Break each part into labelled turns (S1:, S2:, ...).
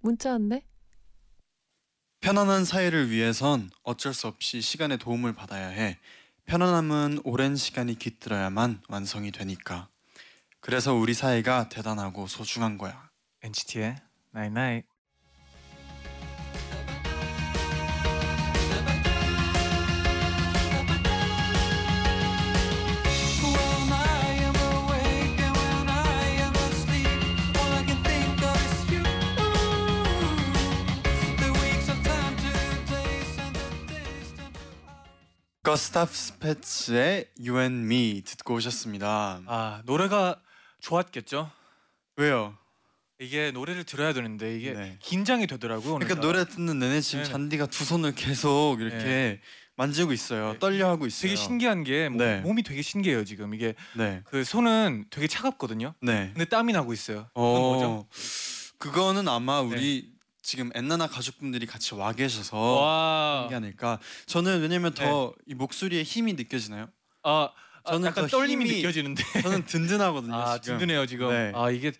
S1: 문자 왔네.
S2: 편안한 사회를 위해선 어쩔 수 없이 시간의 도움을 받아야 해. 편안함은 오랜 시간이 깃들어야만 완성이 되니까. 그래서 우리 사회가 대단하고 소중한 거야.
S3: NCT의 Night Night.
S4: When I am awake and when I am asleep All I can think of is you The weeks of time to days and the days turn to hours
S2: 거스타프 스페츠의 You and Me 듣고 오셨습니다.
S3: 아 노래가 좋았겠죠?
S2: 왜요?
S3: 이게 노래를 들어야 되는데 이게
S2: 네.
S3: 긴장이 되더라고요.
S2: 그러니까
S3: 오늘따라.
S2: 노래 듣는 내내 지금
S3: 네.
S2: 잔디가 두 손을 계속 이렇게
S3: 네.
S2: 만지고 있어요.
S3: 네.
S2: 떨려 하고 있어요.
S3: 되게 신기한 게 몸,
S2: 네.
S3: 몸이 되게 신기해요 지금 이게
S2: 네.
S3: 그 손은 되게 차갑거든요.
S2: 네.
S3: 근데 땀이 나고 있어요. 그건 뭐죠? 네.
S2: 어. 그거는 아마 우리 지금 엔나나 가족분들이 같이 와
S3: 어.
S2: 계셔서
S3: 와.
S2: 게 아닐까. 저는 왜냐면 더
S3: 네.
S2: 이 목소리에 힘이 느껴지나요?
S3: 아, 아
S2: 저는
S3: 약간
S2: 더
S3: 떨림이
S2: 힘이-
S3: 느껴지는데.
S2: 저는 든든하거든요.
S3: 아
S2: 지금.
S3: 든든해요 지금.
S2: 네.
S3: 아 이게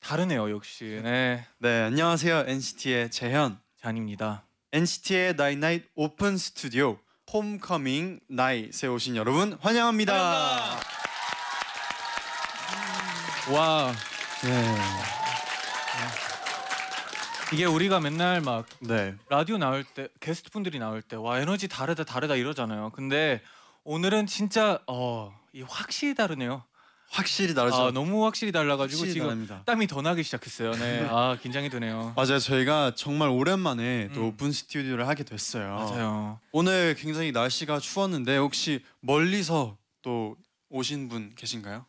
S3: 다르네요 역시. 네.
S2: 네 안녕하세요 NCT의 재현.
S3: 잔입니다.
S2: NCT의 나이 나이 오픈 스튜디오 홈커밍 나이에 오신 여러분 환영합니다.
S3: 와
S2: 네.
S3: 이게 우리가 맨날 막
S2: 네.
S3: 라디오 나올 때 게스트 분들이 나올 때 와 에너지 다르다 다르다 이러잖아요. 근데 오늘은 진짜 어이 확실히 다르네요.
S2: 확실히 다르죠.
S3: 아 너무 확실히 달라가지고
S2: 확실히
S3: 지금
S2: 다릅니다.
S3: 땀이 더 나기 시작했어요. 네, 아 긴장이 되네요.
S2: 맞아요. 저희가 정말 오랜만에 또
S3: 음.
S2: 오픈 스튜디오를 하게 됐어요.
S3: 맞아요.
S2: 오늘 굉장히 날씨가 추웠는데 혹시 멀리서 또 오신 분 계신가요?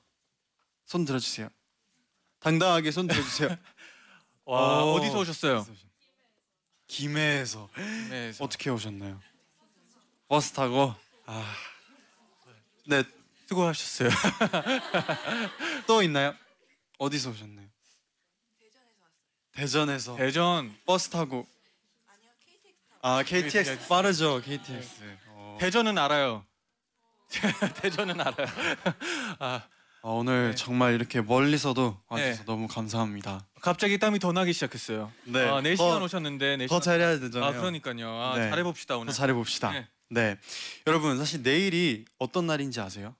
S2: 손 들어주세요. 당당하게 손 들어주세요.
S3: 와
S2: 오.
S3: 어디서 오셨어요?
S2: 김해에서
S3: 네,
S2: 어떻게 오셨나요? 버스 타고 아.
S3: 수고하셨어요.
S2: 네 또 있나요? 어디서 오셨나요? 대전에서 왔어요. 대전에서
S3: 대전
S2: 버스 타고 아니요 KTX 아 KTX 빠르죠 KTX 어.
S3: 대전은 알아요. 대전은 알아요. 아
S2: 아, 오늘 정말 이렇게 멀리서도 와주셔서
S3: 네.
S2: 너무 감사합니다.
S3: 갑자기 땀이 더 나기 시작했어요.
S2: 네.
S3: 아, 4 시간
S2: 더-
S3: 오셨는데 4
S2: 더
S3: 시간.
S2: 잘해야 되잖아요.
S3: 아 그러니까요. 아,
S2: 네.
S3: 잘해봅시다 오늘.
S2: 더 잘해봅시다.
S3: 네.
S2: 네. 여러분 사실 내일이 어떤 날인지 아세요?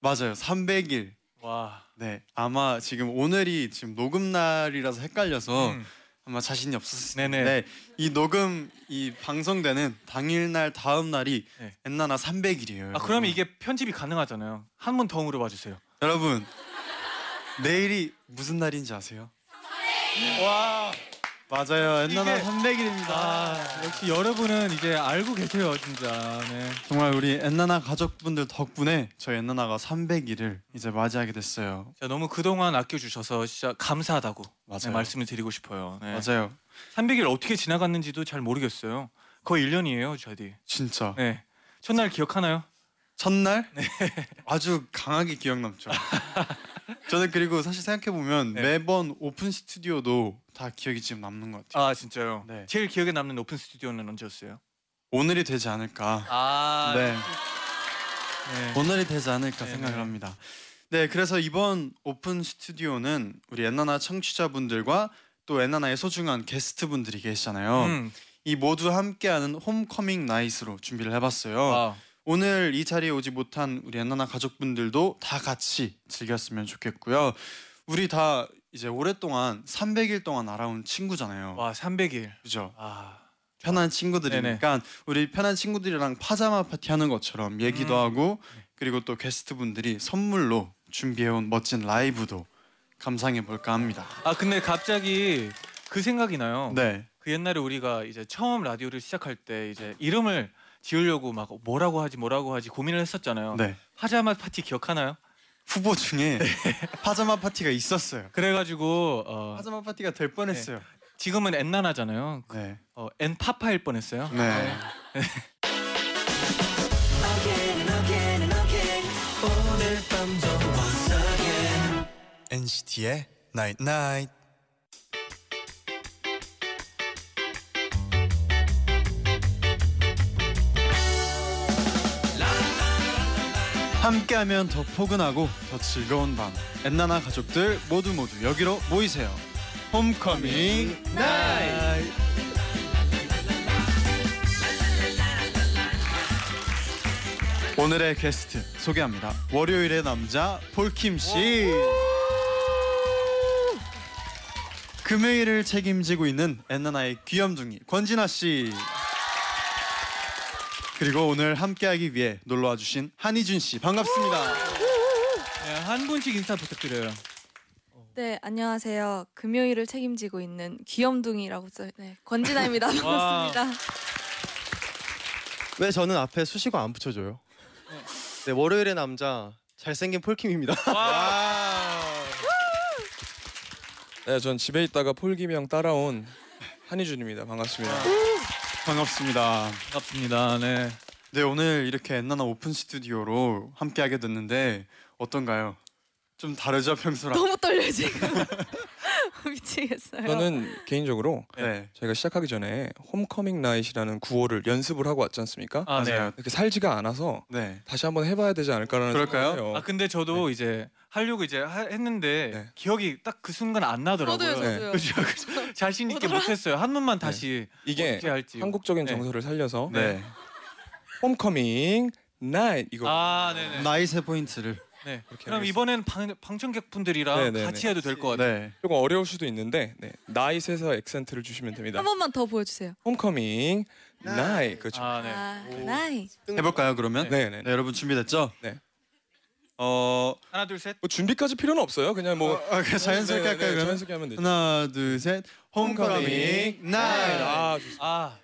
S2: 맞아요. 300일.
S3: 와.
S2: 네. 아마 지금 오늘이 지금 녹음 날이라서 헷갈려서
S3: 음.
S2: 아마 자신이 없었을
S3: 네네.
S2: 텐데 이 녹음 이 방송되는 당일 날 다음 날이
S3: 네.
S2: 엔나나 300일이에요.
S3: 아 그러면 이게 편집이 가능하잖아요. 한 번 더 물어봐 주세요.
S2: 여러분 내일이 무슨 날인지 아세요?
S3: 와.
S2: 맞아요. 엔나나
S3: 이게-
S2: 300일입니다.
S3: 아, 역시 여러분은 이제 알고 계세요, 진짜. 네.
S2: 정말 우리 엔나나 가족분들 덕분에 저희 엔나나가 300일을 이제 맞이하게 됐어요.
S3: 자, 너무 그동안 아껴 주셔서 진짜 감사하다고 네,
S2: 맞아요.
S3: 말씀을 드리고 싶어요. 네.
S2: 맞아요.
S3: 300일 어떻게 지나갔는지도 잘 모르겠어요. 거의 1년이에요, 저디.
S2: 진짜.
S3: 네. 첫날 기억하나요?
S2: 첫날 아주 강하게 기억 남죠. 저는 그리고 사실 생각해 보면
S3: 네.
S2: 매번 오픈 스튜디오도 다 기억이 지금 남는 것 같아요.
S3: 아, 진짜요.
S2: 네.
S3: 제일 기억에 남는 오픈 스튜디오는 언제였어요?
S2: 오늘이 되지 않을까.
S3: 아.
S2: 네.
S3: 네.
S2: 오늘이 되지 않을까
S3: 네,
S2: 생각을
S3: 네.
S2: 합니다. 네, 그래서 이번 오픈 스튜디오는 우리 엔나나 청취자분들과 또 엔나나의 소중한 게스트분들이 계시잖아요.
S3: 음.
S2: 이 모두 함께하는 홈커밍 나잇으로 준비를 해봤어요.
S3: 와.
S2: 오늘 이 자리에 오지 못한 우리 엔나나 가족분들도 다 같이 즐겼으면 좋겠고요. 우리 다 이제 오랫동안 300일 동안 알아온 친구잖아요.
S3: 와, 300일.
S2: 그죠?
S3: 아.
S2: 편한 친구들이니까 우리 편한 친구들이랑 파자마 파티 하는 것처럼 얘기도
S3: 음.
S2: 하고 그리고 또 게스트분들이 선물로 준비해온 멋진 라이브도 감상해 볼까 합니다.
S3: 아, 근데 갑자기 그 생각이 나요.
S2: 네.
S3: 그 옛날에 우리가 이제 처음 라디오를 시작할 때 이제 이름을 지으려고 막 뭐라고 하지 뭐라고 하지 고민을 했었잖아요.
S2: 네.
S3: 파자마 파티 기억하나요?
S2: 후보 중에
S3: 네.
S2: 파자마 파티가 있었어요.
S3: 그래가지고 어,
S2: 파자마 파티가 될 뻔했어요.
S3: 지금은 엔나나잖아요.
S2: 네.
S3: 어, 엔파파일 뻔했어요.
S2: 네.
S3: 아,
S1: NCT의 Night Night.
S2: 함께하면 더 포근하고 더 즐거운 밤. 엔나나 가족들 모두 모두 여기로 모이세요. 홈커밍 나이. 오늘의 게스트 소개합니다. 월요일의 남자 폴킴 씨. 금요일을 책임지고 있는 엔나나의 귀염둥이 권진아 씨. 그리고 오늘 함께하기 위해 놀러와 주신 한희준 씨 반갑습니다.
S3: 네, 한 분씩 인사 부탁드려요.
S5: 네 안녕하세요. 금요일을 책임지고 있는 귀염둥이라고 써. 네 권진아입니다.
S3: 와.
S5: 반갑습니다.
S6: 왜 저는 앞에 수식어 안 붙여줘요? 네, 월요일의 남자 잘생긴 폴킴입니다.
S2: 어,
S7: 네, 전 집에 있다가 폴김이 형 따라온 한희준입니다. 반갑습니다.
S2: 아, 반갑습니다.
S3: 반갑습니다. 네.
S2: 네 오늘 이렇게 엔나나 오픈 스튜디오로 함께하게 됐는데 어떤가요? 좀 다르죠 평소랑?
S5: 너무 떨려 지금. 미치겠어요.
S7: 저는 개인적으로
S2: 네
S7: 저희가 시작하기 전에 홈커밍 나잇이라는 구호를 연습을 하고 왔지 않습니까?
S3: 아, 네.
S2: 맞아요.
S7: 이렇게 살지가 않아서
S2: 네
S7: 다시 한번 해봐야 되지 않을까라는
S2: 그럴까요? 네.
S7: 생각을 해요.
S3: 아 근데 저도 이제 하려고 이제 하- 했는데
S7: 네.
S3: 기억이 딱 그 순간 안 나더라고요. 네.
S5: 저도요, 저도요.
S3: 그죠, 그죠. 자신 있게 못했어요. 한 번만 다시
S7: 이게
S3: 어떻게 할지.
S7: 한국적인
S3: 네.
S7: 정서를 살려서
S2: 네.
S7: 홈커밍 나잇 이거
S3: 아, 네네.
S2: 나이세 포인트를.
S3: 네.
S7: 이렇게
S3: 그럼
S7: 하겠습니다.
S3: 이번엔 방, 방청객분들이랑
S7: 네, 네,
S3: 같이
S7: 네.
S3: 해도 될 것 같아요.
S2: 네.
S7: 조금 어려울 수도 있는데 네. 나잇에서 액센트를 주시면 됩니다.
S5: 한 번만 더 보여주세요.
S7: 홈커밍 나잇 그렇죠.
S3: 아, 네.
S5: 아 나이.
S2: 해볼까요 그러면?
S7: 네, 네.
S2: 네, 여러분 준비됐죠?
S7: 네.
S2: 어,
S3: 하나, 둘, 셋.
S7: 뭐 준비까지 필요는 없어요. 그냥 뭐
S2: 아, 그냥 자연스럽게
S7: 네, 네,
S2: 할까요?
S7: 네,
S2: 그러면?
S7: 자연스럽게 하면 되죠.
S2: 하나, 둘, 셋. 홈커밍 나이.
S7: 아, 좋습니다.
S3: 아,
S7: 그러니까.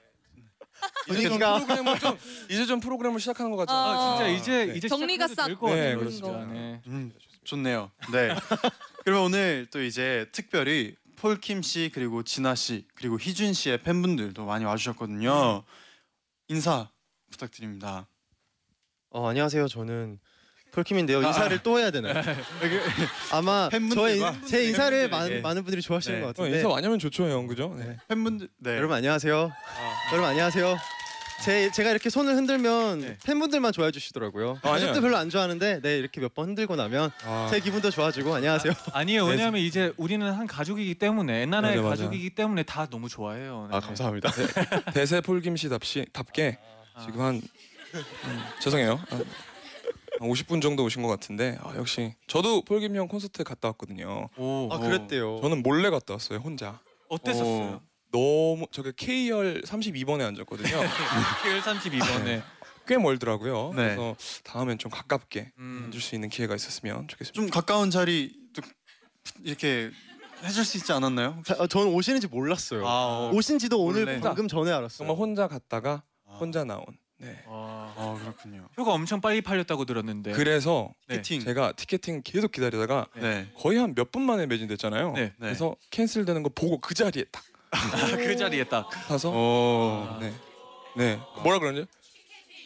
S6: 분위기가
S7: 프로그램을 좀 이제 좀 프로그램을 시작하는 것 같아요.
S5: 아,
S3: 아, 진짜 이제
S7: 네.
S3: 이제
S5: 정리가 싹
S3: 될것
S7: 네,
S3: 같아요.
S7: 그렇습니다.
S3: 진짜. 네.
S2: 음, 좋네요. 네. 그러면 오늘 또 이제 특별히 폴킴 씨 그리고 진아 씨 그리고 희준 씨의 팬분들도 많이
S7: 음.
S2: 와주셨거든요. 인사 부탁드립니다.
S6: 어, 안녕하세요. 저는 폴킴인데요. 인사를 또 해야 되나요? 아마 저의
S2: 아, 팬분들과
S6: 인- 제 인사를 많은
S2: 팬분들에게.
S6: 많은 분들이 좋아하시는
S2: 네.
S6: 것
S7: 어,
S6: 같은데.
S7: 인사 많이 하면 좋죠, 형. 그죠? 네.
S2: 팬분들 네.
S6: 여러분 안녕하세요. 여러분 안녕하세요. 제 제가 이렇게 손을 흔들면
S2: 네.
S6: 팬분들만 좋아해 주시더라고요.
S7: 아,
S6: 아,
S7: 아니에요.
S6: 직도 별로 안 좋아하는데 네 이렇게 몇 번 흔들고 나면
S7: 아,
S6: 제 기분도 좋아지고 안녕하세요.
S3: 아니에요. 왜냐하면 이제 우리는 한 가족이기 때문에 옛날에
S7: 네, 맞아, 맞아.
S3: 가족이기 때문에 다 너무 좋아해요. 네.
S6: 아 감사합니다.
S7: 대세 폴김씨 답시 답게 지금 한 음, 죄송해요. 한 50분 정도 오신 것 같은데 아, 역시 저도 폴김 형 콘서트 갔다 왔거든요.
S3: 오,
S6: 아 그랬대요.
S7: 저는 몰래 갔다 왔어요, 혼자.
S3: 어땠었어요?
S7: 너무 저게 KR 32번에 앉았거든요. 어, 네.
S3: 132번에. 네.
S7: 꽤 멀더라고요.
S2: 네.
S7: 그래서 다음엔 좀 가깝게
S3: 음.
S7: 앉을 수 있는 기회가 있었으면 좋겠습니다.
S2: 좀 가까운 자리 또 이렇게 해줄 수 있지 않았나요?
S6: 자, 어, 저는 오시는지 몰랐어요.
S2: 아, 어,
S6: 오신지도 오늘
S2: 몰래.
S6: 방금 전에 알았어요.
S7: 정말 혼자 갔다가 혼자 나온. 네.
S3: 와.
S2: 아 그렇군요.
S3: 표가 엄청 빨리 팔렸다고 들었는데.
S7: 그래서
S3: 네.
S2: 피팅.
S7: 제가 티켓팅 계속 기다리다가
S2: 네.
S7: 거의 한 몇 분 만에 매진됐잖아요.
S3: 네, 네.
S7: 그래서 캔슬되는 거 보고 그 자리에 딱
S3: 그 자리에 딱.
S2: 어.
S7: 가서
S2: 오.
S7: 네, 네 뭐라 그러는지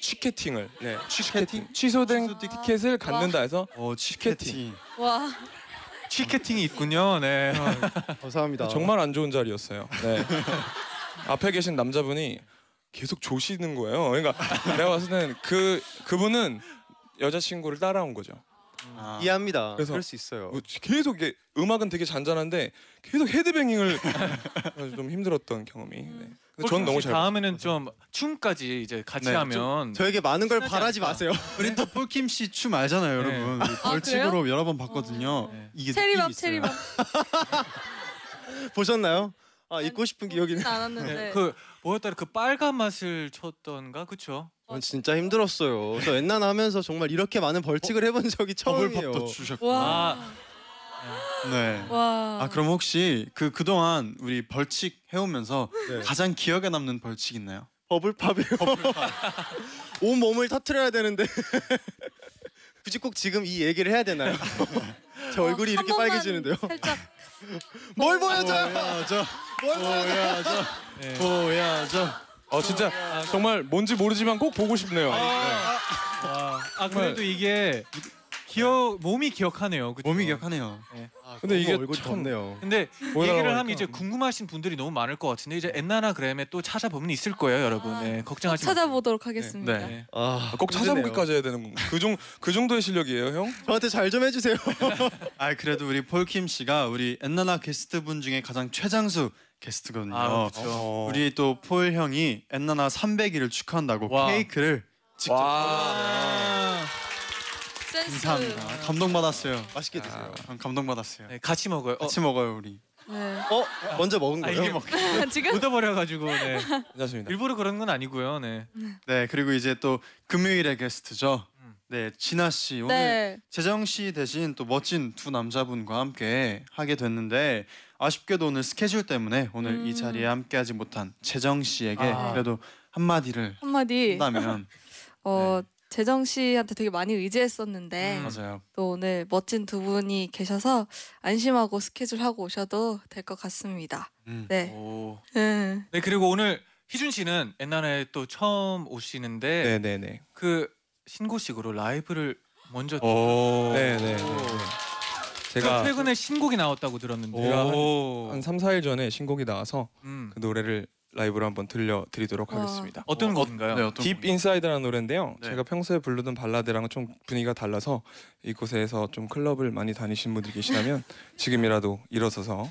S7: 취캐팅을 네 취캐팅 취소된 티켓을 갖는다 해서
S2: 어 치케팅.
S5: 와
S3: 취캐팅이 있군요. 네.
S6: 감사합니다.
S7: 정말 안 좋은 자리였어요. 네 앞에 계신 남자분이 계속 조시는 거예요. 그러니까 내가 봤을 때는 그 그분은 여자친구를 따라온 거죠.
S2: 아.
S6: 이해합니다.
S7: 그래서-
S6: 그럴 수 있어요.
S2: 음.
S7: 뭐 계속 이게 음악은 되게 잔잔한데 계속 헤드뱅잉을 그래서 좀 힘들었던 경험이. 네. 근데 전 너무 잘.
S3: 다음에는 좀 춤까지 이제 같이
S2: 네,
S3: 하면.
S6: 저에게 많은 걸
S3: 친하지
S6: 바라지
S3: 않다.
S6: 마세요. 네.
S2: 우리 또 폴킴 씨 춤 알잖아요,
S3: 네.
S2: 여러분. 우리 벌칙으로 여러 번 봤거든요.
S3: 네.
S2: 이게 느낌이
S5: 체리밥
S2: 있어요.
S5: 체리밥.
S6: 보셨나요? 아 잊고 싶은 기억이.
S5: 보진 않았는데.
S3: 네. 그 뭐였더라 그 빨간 맛을 쳤던가 그쵸?
S6: 전 진짜 힘들었어요. 저 옛날 하면서 정말 이렇게 많은 벌칙을 해본 적이 처음이에요.
S2: 더블팝도 주셨고.
S3: 아,
S5: 와
S2: 네.
S5: 와.
S2: 아 그럼 혹시 그 그동안 우리 벌칙 해오면서
S6: 네.
S2: 가장 기억에 남는 벌칙 있나요?
S6: 버블팝이요. 온 몸을 터트려야 되는데 굳이 꼭 지금 이 얘기를 해야 되나요? 제 얼굴이
S5: 어, 한
S6: 이렇게
S5: 번만
S6: 빨개지는데요.
S5: 살짝
S6: 뭘
S2: 보여줘. 보여줘.
S6: 네.
S2: 보여줘.
S7: 어 진짜 정말 뭔지 모르지만 꼭 보고 싶네요.
S3: 아, 와. 아 그래도 이게 기억 몸이 기억하네요. 그쵸?
S2: 몸이 기억하네요. 아,
S7: 근데 이게
S6: 얼굴
S7: 참-
S6: 덥네요.
S3: 근데
S7: 보여달라고
S3: 얘기를 하면
S7: 하니까.
S3: 이제 궁금하신 분들이 너무 많을 것 같은데 이제 엔나나 그램에 또 찾아보면 있을 거예요, 여러분.
S5: 아,
S3: 네, 걱정하지 마세요.
S5: 찾아보도록 하겠습니다.
S3: 네.
S6: 아,
S7: 꼭
S6: 힘드네요.
S7: 찾아보기까지 해야 되는 그정 그 정도의 실력이에요, 형?
S6: 저한테 잘 좀 해주세요.
S2: 아 그래도 우리 폴킴 씨가 우리 엔나나 게스트 분 중에 가장 최장수 게스트거든요.
S3: 아,
S6: 그렇죠.
S7: 어.
S2: 우리 또 폴 형이 엔나나 300일을 축하한다고
S3: 와.
S2: 케이크를 직접
S7: 와.
S5: 센스.
S2: 감사합니다. 감동 받았어요. 아,
S6: 맛있게 드세요.
S2: 감동 받았어요.
S3: 네, 같이 먹어요. 어,
S2: 같이 먹어요 우리.
S5: 네.
S6: 어? 먼저 먹은
S3: 아,
S6: 거예요?
S3: 이게 뭐
S5: 지금
S3: 묻어버려가지고 네.
S7: 괜찮습니다.
S3: 일부러 그런 건 아니고요. 네.
S2: 네 그리고 이제 또 금요일의 게스트죠.
S3: 음.
S2: 네 진아 씨 오늘
S5: 네.
S2: 재정 씨 대신 또 멋진 두 남자분과 함께 하게 됐는데 아쉽게도 오늘 스케줄 때문에 오늘 이
S5: 음.
S2: 자리에 함께하지 못한 재정 씨에게
S3: 아. 예.
S2: 그래도 한마디를
S5: 한마디.
S2: 한다면
S5: 어 재정 씨한테 되게 많이 의지했었는데
S3: 음.
S2: 맞아요.
S5: 또 오늘 멋진 두 분이 계셔서 안심하고 스케줄 하고 오셔도 될 것 같습니다.
S2: 음.
S5: 네.
S3: 오.
S5: 음.
S3: 네 그리고 오늘 희준 씨는 옛날에 또 처음 오시는데
S7: 네, 네, 네.
S3: 그 신고식으로 라이브를 먼저
S7: 오. 네, 네. 네.
S3: 제가
S7: 제가
S3: 최근에 신곡이 나왔다고 들었는데
S7: 제가 한-
S3: 오.
S7: 한 3, 4일 전에 신곡이 나와서
S3: 음.
S7: 그 노래를 라이브로 한번 들려 드리도록
S5: 와.
S7: 하겠습니다.
S3: 어떤 곡인가요?
S2: 네, 어떤
S7: 딥
S2: 분이-
S7: 인사이드라는 노래인데요.
S2: 네.
S7: 제가 평소에 부르던 발라드랑 은좀 분위기가 달라서 이곳에서 좀 클럽을 많이 다니신 분들이 계시다면 지금이라도 일어서서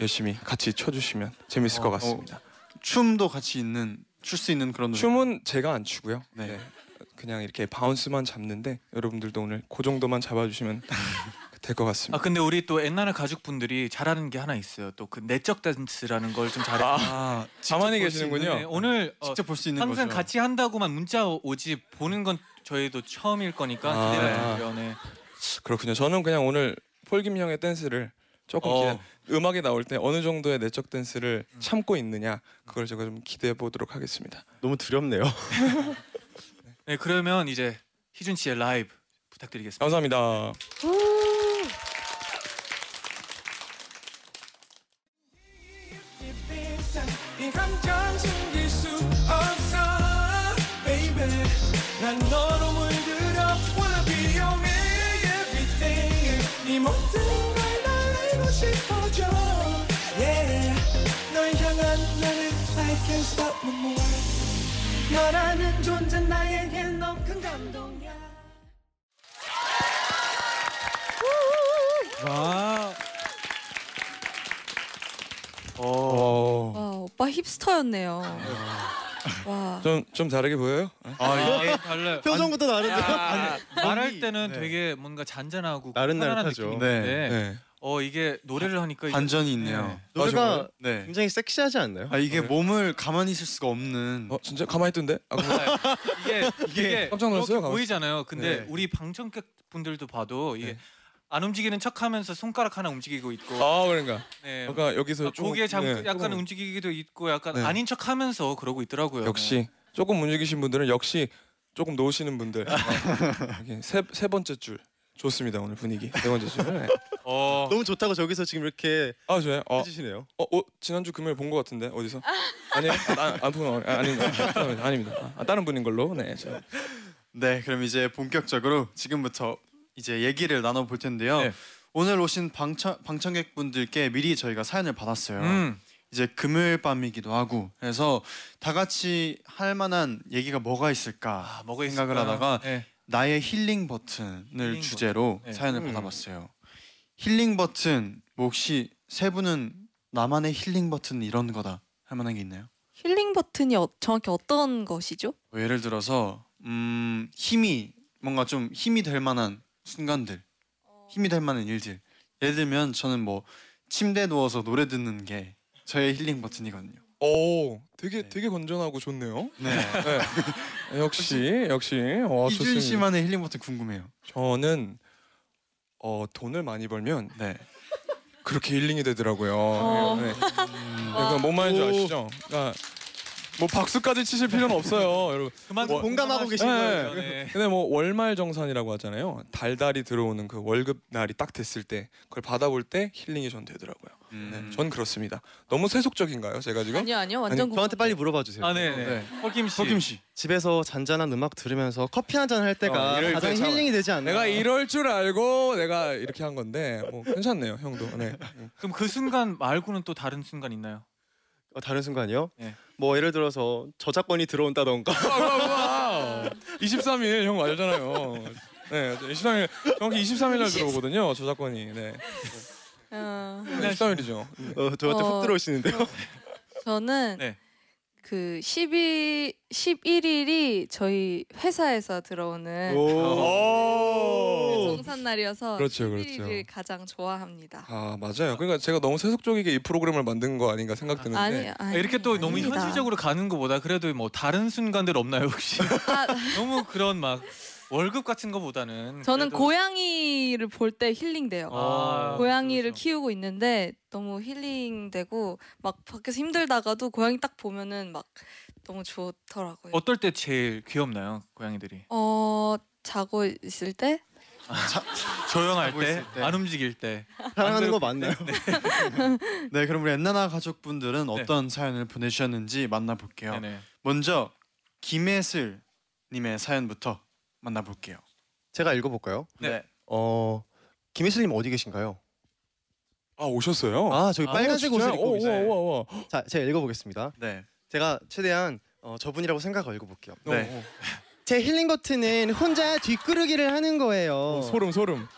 S7: 열심히 같이 춰주시면 재밌을 것
S2: 어,
S7: 같습니다.
S2: 춤도 같이 있는 출 수 있는 그런 노래.
S7: 춤은 제가 안 추고요.
S2: 네.
S7: 네. 그냥 이렇게 바운스만 잡는데 여러분들도 오늘 그 정도만 잡아주시면 될 것
S3: 아
S7: 같습니다.
S3: 근데 우리 또 옛날에 가족분들이 잘하는 게 하나 있어요. 또 그 내적 댄스라는 걸 좀 잘해요.
S7: 아, 가만히
S2: 직접 볼수
S7: 계시는군요.
S3: 네, 오늘 어,
S2: 직접 볼 수 있는
S3: 항상
S2: 거죠.
S3: 같이 한다고만 문자 오- 오지 보는 건 저희도 처음일 거니까
S7: 아.
S3: 기대가 되고요. 네.
S7: 그렇군요. 저는 그냥 오늘 폴김 형의 댄스를 조금
S3: 어.
S7: 그냥 음악이 나올 때 어느 정도의 내적 댄스를 참고 있느냐 그걸 제가 좀 기대해 보도록 하겠습니다.
S6: 너무 두렵네요.
S3: 네 그러면 이제 희준 씨의 라이브 부탁드리겠습니다.
S7: 감사합니다.
S4: 이 감정 숨길 수 없어 baby 난 너로 물들어 wanna be your everything 네 모든 걸 날 알고 싶어져 yeah 널 향한 나는 I can't stop no more 너라는 존재 나에게 너무 큰 감동이야
S3: 와.
S7: 어.
S5: 와 오빠 힙스터였네요. 와.
S7: 좀, 좀 다르게 보여요?
S3: 아 이게 달라요.
S6: 표정부터 다른데요?
S3: 야, 말할
S2: 아니,
S3: 때는
S2: 네.
S3: 되게 뭔가 잔잔하고
S6: 나른나른하죠.
S3: 편안한 느낌인데
S2: 네.
S7: 네.
S3: 어 이게 노래를 하니까 이게
S2: 반전이 있네요. 아,
S3: 네.
S6: 노래가
S2: 네.
S6: 굉장히 섹시하지 않나요?
S2: 아 이게
S7: 아, 그래요?
S2: 몸을 가만히 있을 수가 없는
S7: 어, 진짜 가만히 있던데? 아, 그럼-
S3: 네. 이게 이게
S7: 네. 깜짝 놀랐어요,
S3: 이렇게
S7: 가만히.
S3: 보이잖아요. 근데
S6: 네.
S3: 우리 방청객 분들도 봐도 이게
S7: 네.
S3: 안 움직이는 척하면서 손가락 하나 움직이고 있고
S7: 아, 그러니까.
S3: 네.
S7: 아까 여기서
S3: 막 고개 잠
S7: 네,
S3: 약간
S7: 조금-
S3: 움직이기도 있고 약간
S7: 네.
S3: 아닌 척하면서 그러고 있더라고요.
S7: 역시 조금 움직이신 분들은 역시 조금 놓으시는 분들 아, 이렇게 세, 세 번째 줄 좋습니다 오늘 분위기 세 번째 줄. 네.
S3: 어.
S6: 너무 좋다고 저기서 지금 이렇게
S7: 아 좋아요. 어,
S6: 해주시네요.
S7: 어, 어 지난주 금요일 본 것 같은데 어디서? 아니요 안안 푸는 아, 아닙니다 죄송합니다. 아닙니다 아, 다른 분인 걸로 네. 저-
S2: 네, 그럼 이제 본격적으로 지금부터 이제 얘기를 나눠 볼 텐데요.
S3: 네.
S2: 오늘 오신 방청 방청객분들께 미리 저희가 사연을 받았어요.
S3: 음.
S2: 이제 금요일 밤이기도 하고 그래서 다 같이 할 만한 얘기가 뭐가 있을까
S3: 아, 뭐가
S2: 생각을
S3: 있을까요?
S2: 하다가
S3: 네.
S2: 나의 힐링 버튼을
S3: 힐링
S2: 주제로
S3: 버튼. 네.
S2: 사연을
S6: 음.
S2: 받아봤어요. 힐링 버튼 뭐 혹시 세 분은 나만의 힐링 버튼 이런 거다 할 만한 게 있나요?
S5: 힐링 버튼이 어, 정확히 어떤 것이죠?
S2: 뭐 예를 들어서 음, 힘이 뭔가 좀 힘이 될 만한 순간들, 힘이 될 만한 일들. 예를 들면 저는 뭐 침대 에 누워서 노래 듣는 게 저의 힐링 버튼이거든요.
S7: 오 되게
S2: 네.
S7: 되게 건전하고 좋네요.
S2: 네. 어,
S7: 역시 역시 와
S2: 이준
S7: 좋습니다.
S2: 씨만의 힐링 버튼 궁금해요.
S7: 저는 어 돈을 많이 벌면
S2: 네.
S7: 그렇게 힐링이 되더라고요.
S5: 어.
S7: 네. 네. 그러니까 뭔 말인지 아시죠? 그러니까 뭐 박수까지 치실 필요는 없어요, 여러분.
S3: 그만
S7: 뭐-
S2: 공감하고 계신
S7: 거예요.
S3: 네.
S7: 근데 뭐 월말 정산이라고 하잖아요. 달달이 들어오는 그 월급 날이 딱 됐을 때 그걸 받아볼 때 힐링이 전 되더라고요.
S2: 음.
S7: 네, 전 그렇습니다. 너무 세속적인가요, 제가
S5: 음.
S7: 지금?
S5: 아니요 아니요
S7: 네? 아니,
S5: 완전 공
S2: 저한테 빨리 물어봐 주세요.
S3: 아, 네, 네. 허김 씨.
S8: 석김 씨.
S2: 집에서 잔잔한 음악 들으면서 커피 한 잔 할 때가
S7: 어, 이럴
S2: 가장
S7: 때 참-
S2: 힐링이 되지 않나.
S7: 내가 이럴 줄 알고 내가 이렇게 한 건데 뭐 괜찮네요, 형도. 네.
S3: 그럼 그 순간 말고는 또 다른 순간 있나요?
S2: 어, 다른 순간이요?
S3: 네.
S2: 뭐 예를 들어서 저작권이 들어온다던가.
S7: 와, 와, 와. 23일 형 맞았잖아요. 네, 23일 정확히 23일 날 들어오거든요. 저작권이. 네.
S5: 어,
S7: 23일이죠.
S2: 어, 저한테
S5: 어.
S2: 훅 들어오시는데요.
S5: 저는
S3: 네.
S5: 그 12, 11일이 저희 회사에서 들어오는
S7: 오.
S5: 정산 네, 날이어서
S7: 그렇죠,
S5: 11일을
S7: 그렇죠.
S5: 가장 좋아합니다.
S7: 아 맞아요. 그러니까 제가 너무 세속적이게 이 프로그램을 만든 거 아닌가 생각드는데
S5: 아니, 아니
S3: 이렇게 또 너무
S5: 아닙니다.
S3: 현실적으로 가는 것보다 그래도 뭐 다른 순간들 없나요 혹시?
S5: 아,
S3: 너무 그런 막 월급 같은 거보다는
S5: 저는
S3: 그래도-
S5: 고양이를 볼 때 힐링돼요.
S3: 아,
S5: 고양이를
S3: 그렇죠,
S5: 키우고 있는데 너무 힐링되고 막 밖에서 힘들다가도 고양이 딱 보면은 막 너무 좋더라고요.
S3: 그렇죠. 어떨 때 제일 귀엽나요 고양이들이?
S5: 어 자고 있을 때
S3: 조용할
S8: 자고
S3: 때,
S8: 있을 때.
S3: 안 움직일 때.
S2: 사랑하는
S3: 안
S2: 거 맞나요?
S8: 네, 그럼 우리 엔나나 가족분들은 어떤 사연을 보내주셨는지 만나볼게요.
S3: 네. 네네.
S8: 먼저 김혜슬 님의 사연부터 만나볼게요.
S2: 제가 읽어볼까요?
S3: 네.
S2: 어 김혜슬님 어디 계신가요?
S7: 아 오셨어요?
S2: 아 저기 빨간색 옷을
S7: 진짜요?
S2: 입고
S7: 오,
S2: 계세요.
S7: 우와 우와 우와.
S2: 자 제가 읽어보겠습니다.
S8: 네.
S2: 제가 최대한 어, 저분이라고 생각하고 읽어볼게요.
S8: 네.
S2: 제 힐링 버튼은 혼자 뒷구르기를 하는
S7: 어,
S2: 거예요.
S7: 어, 소름 소름.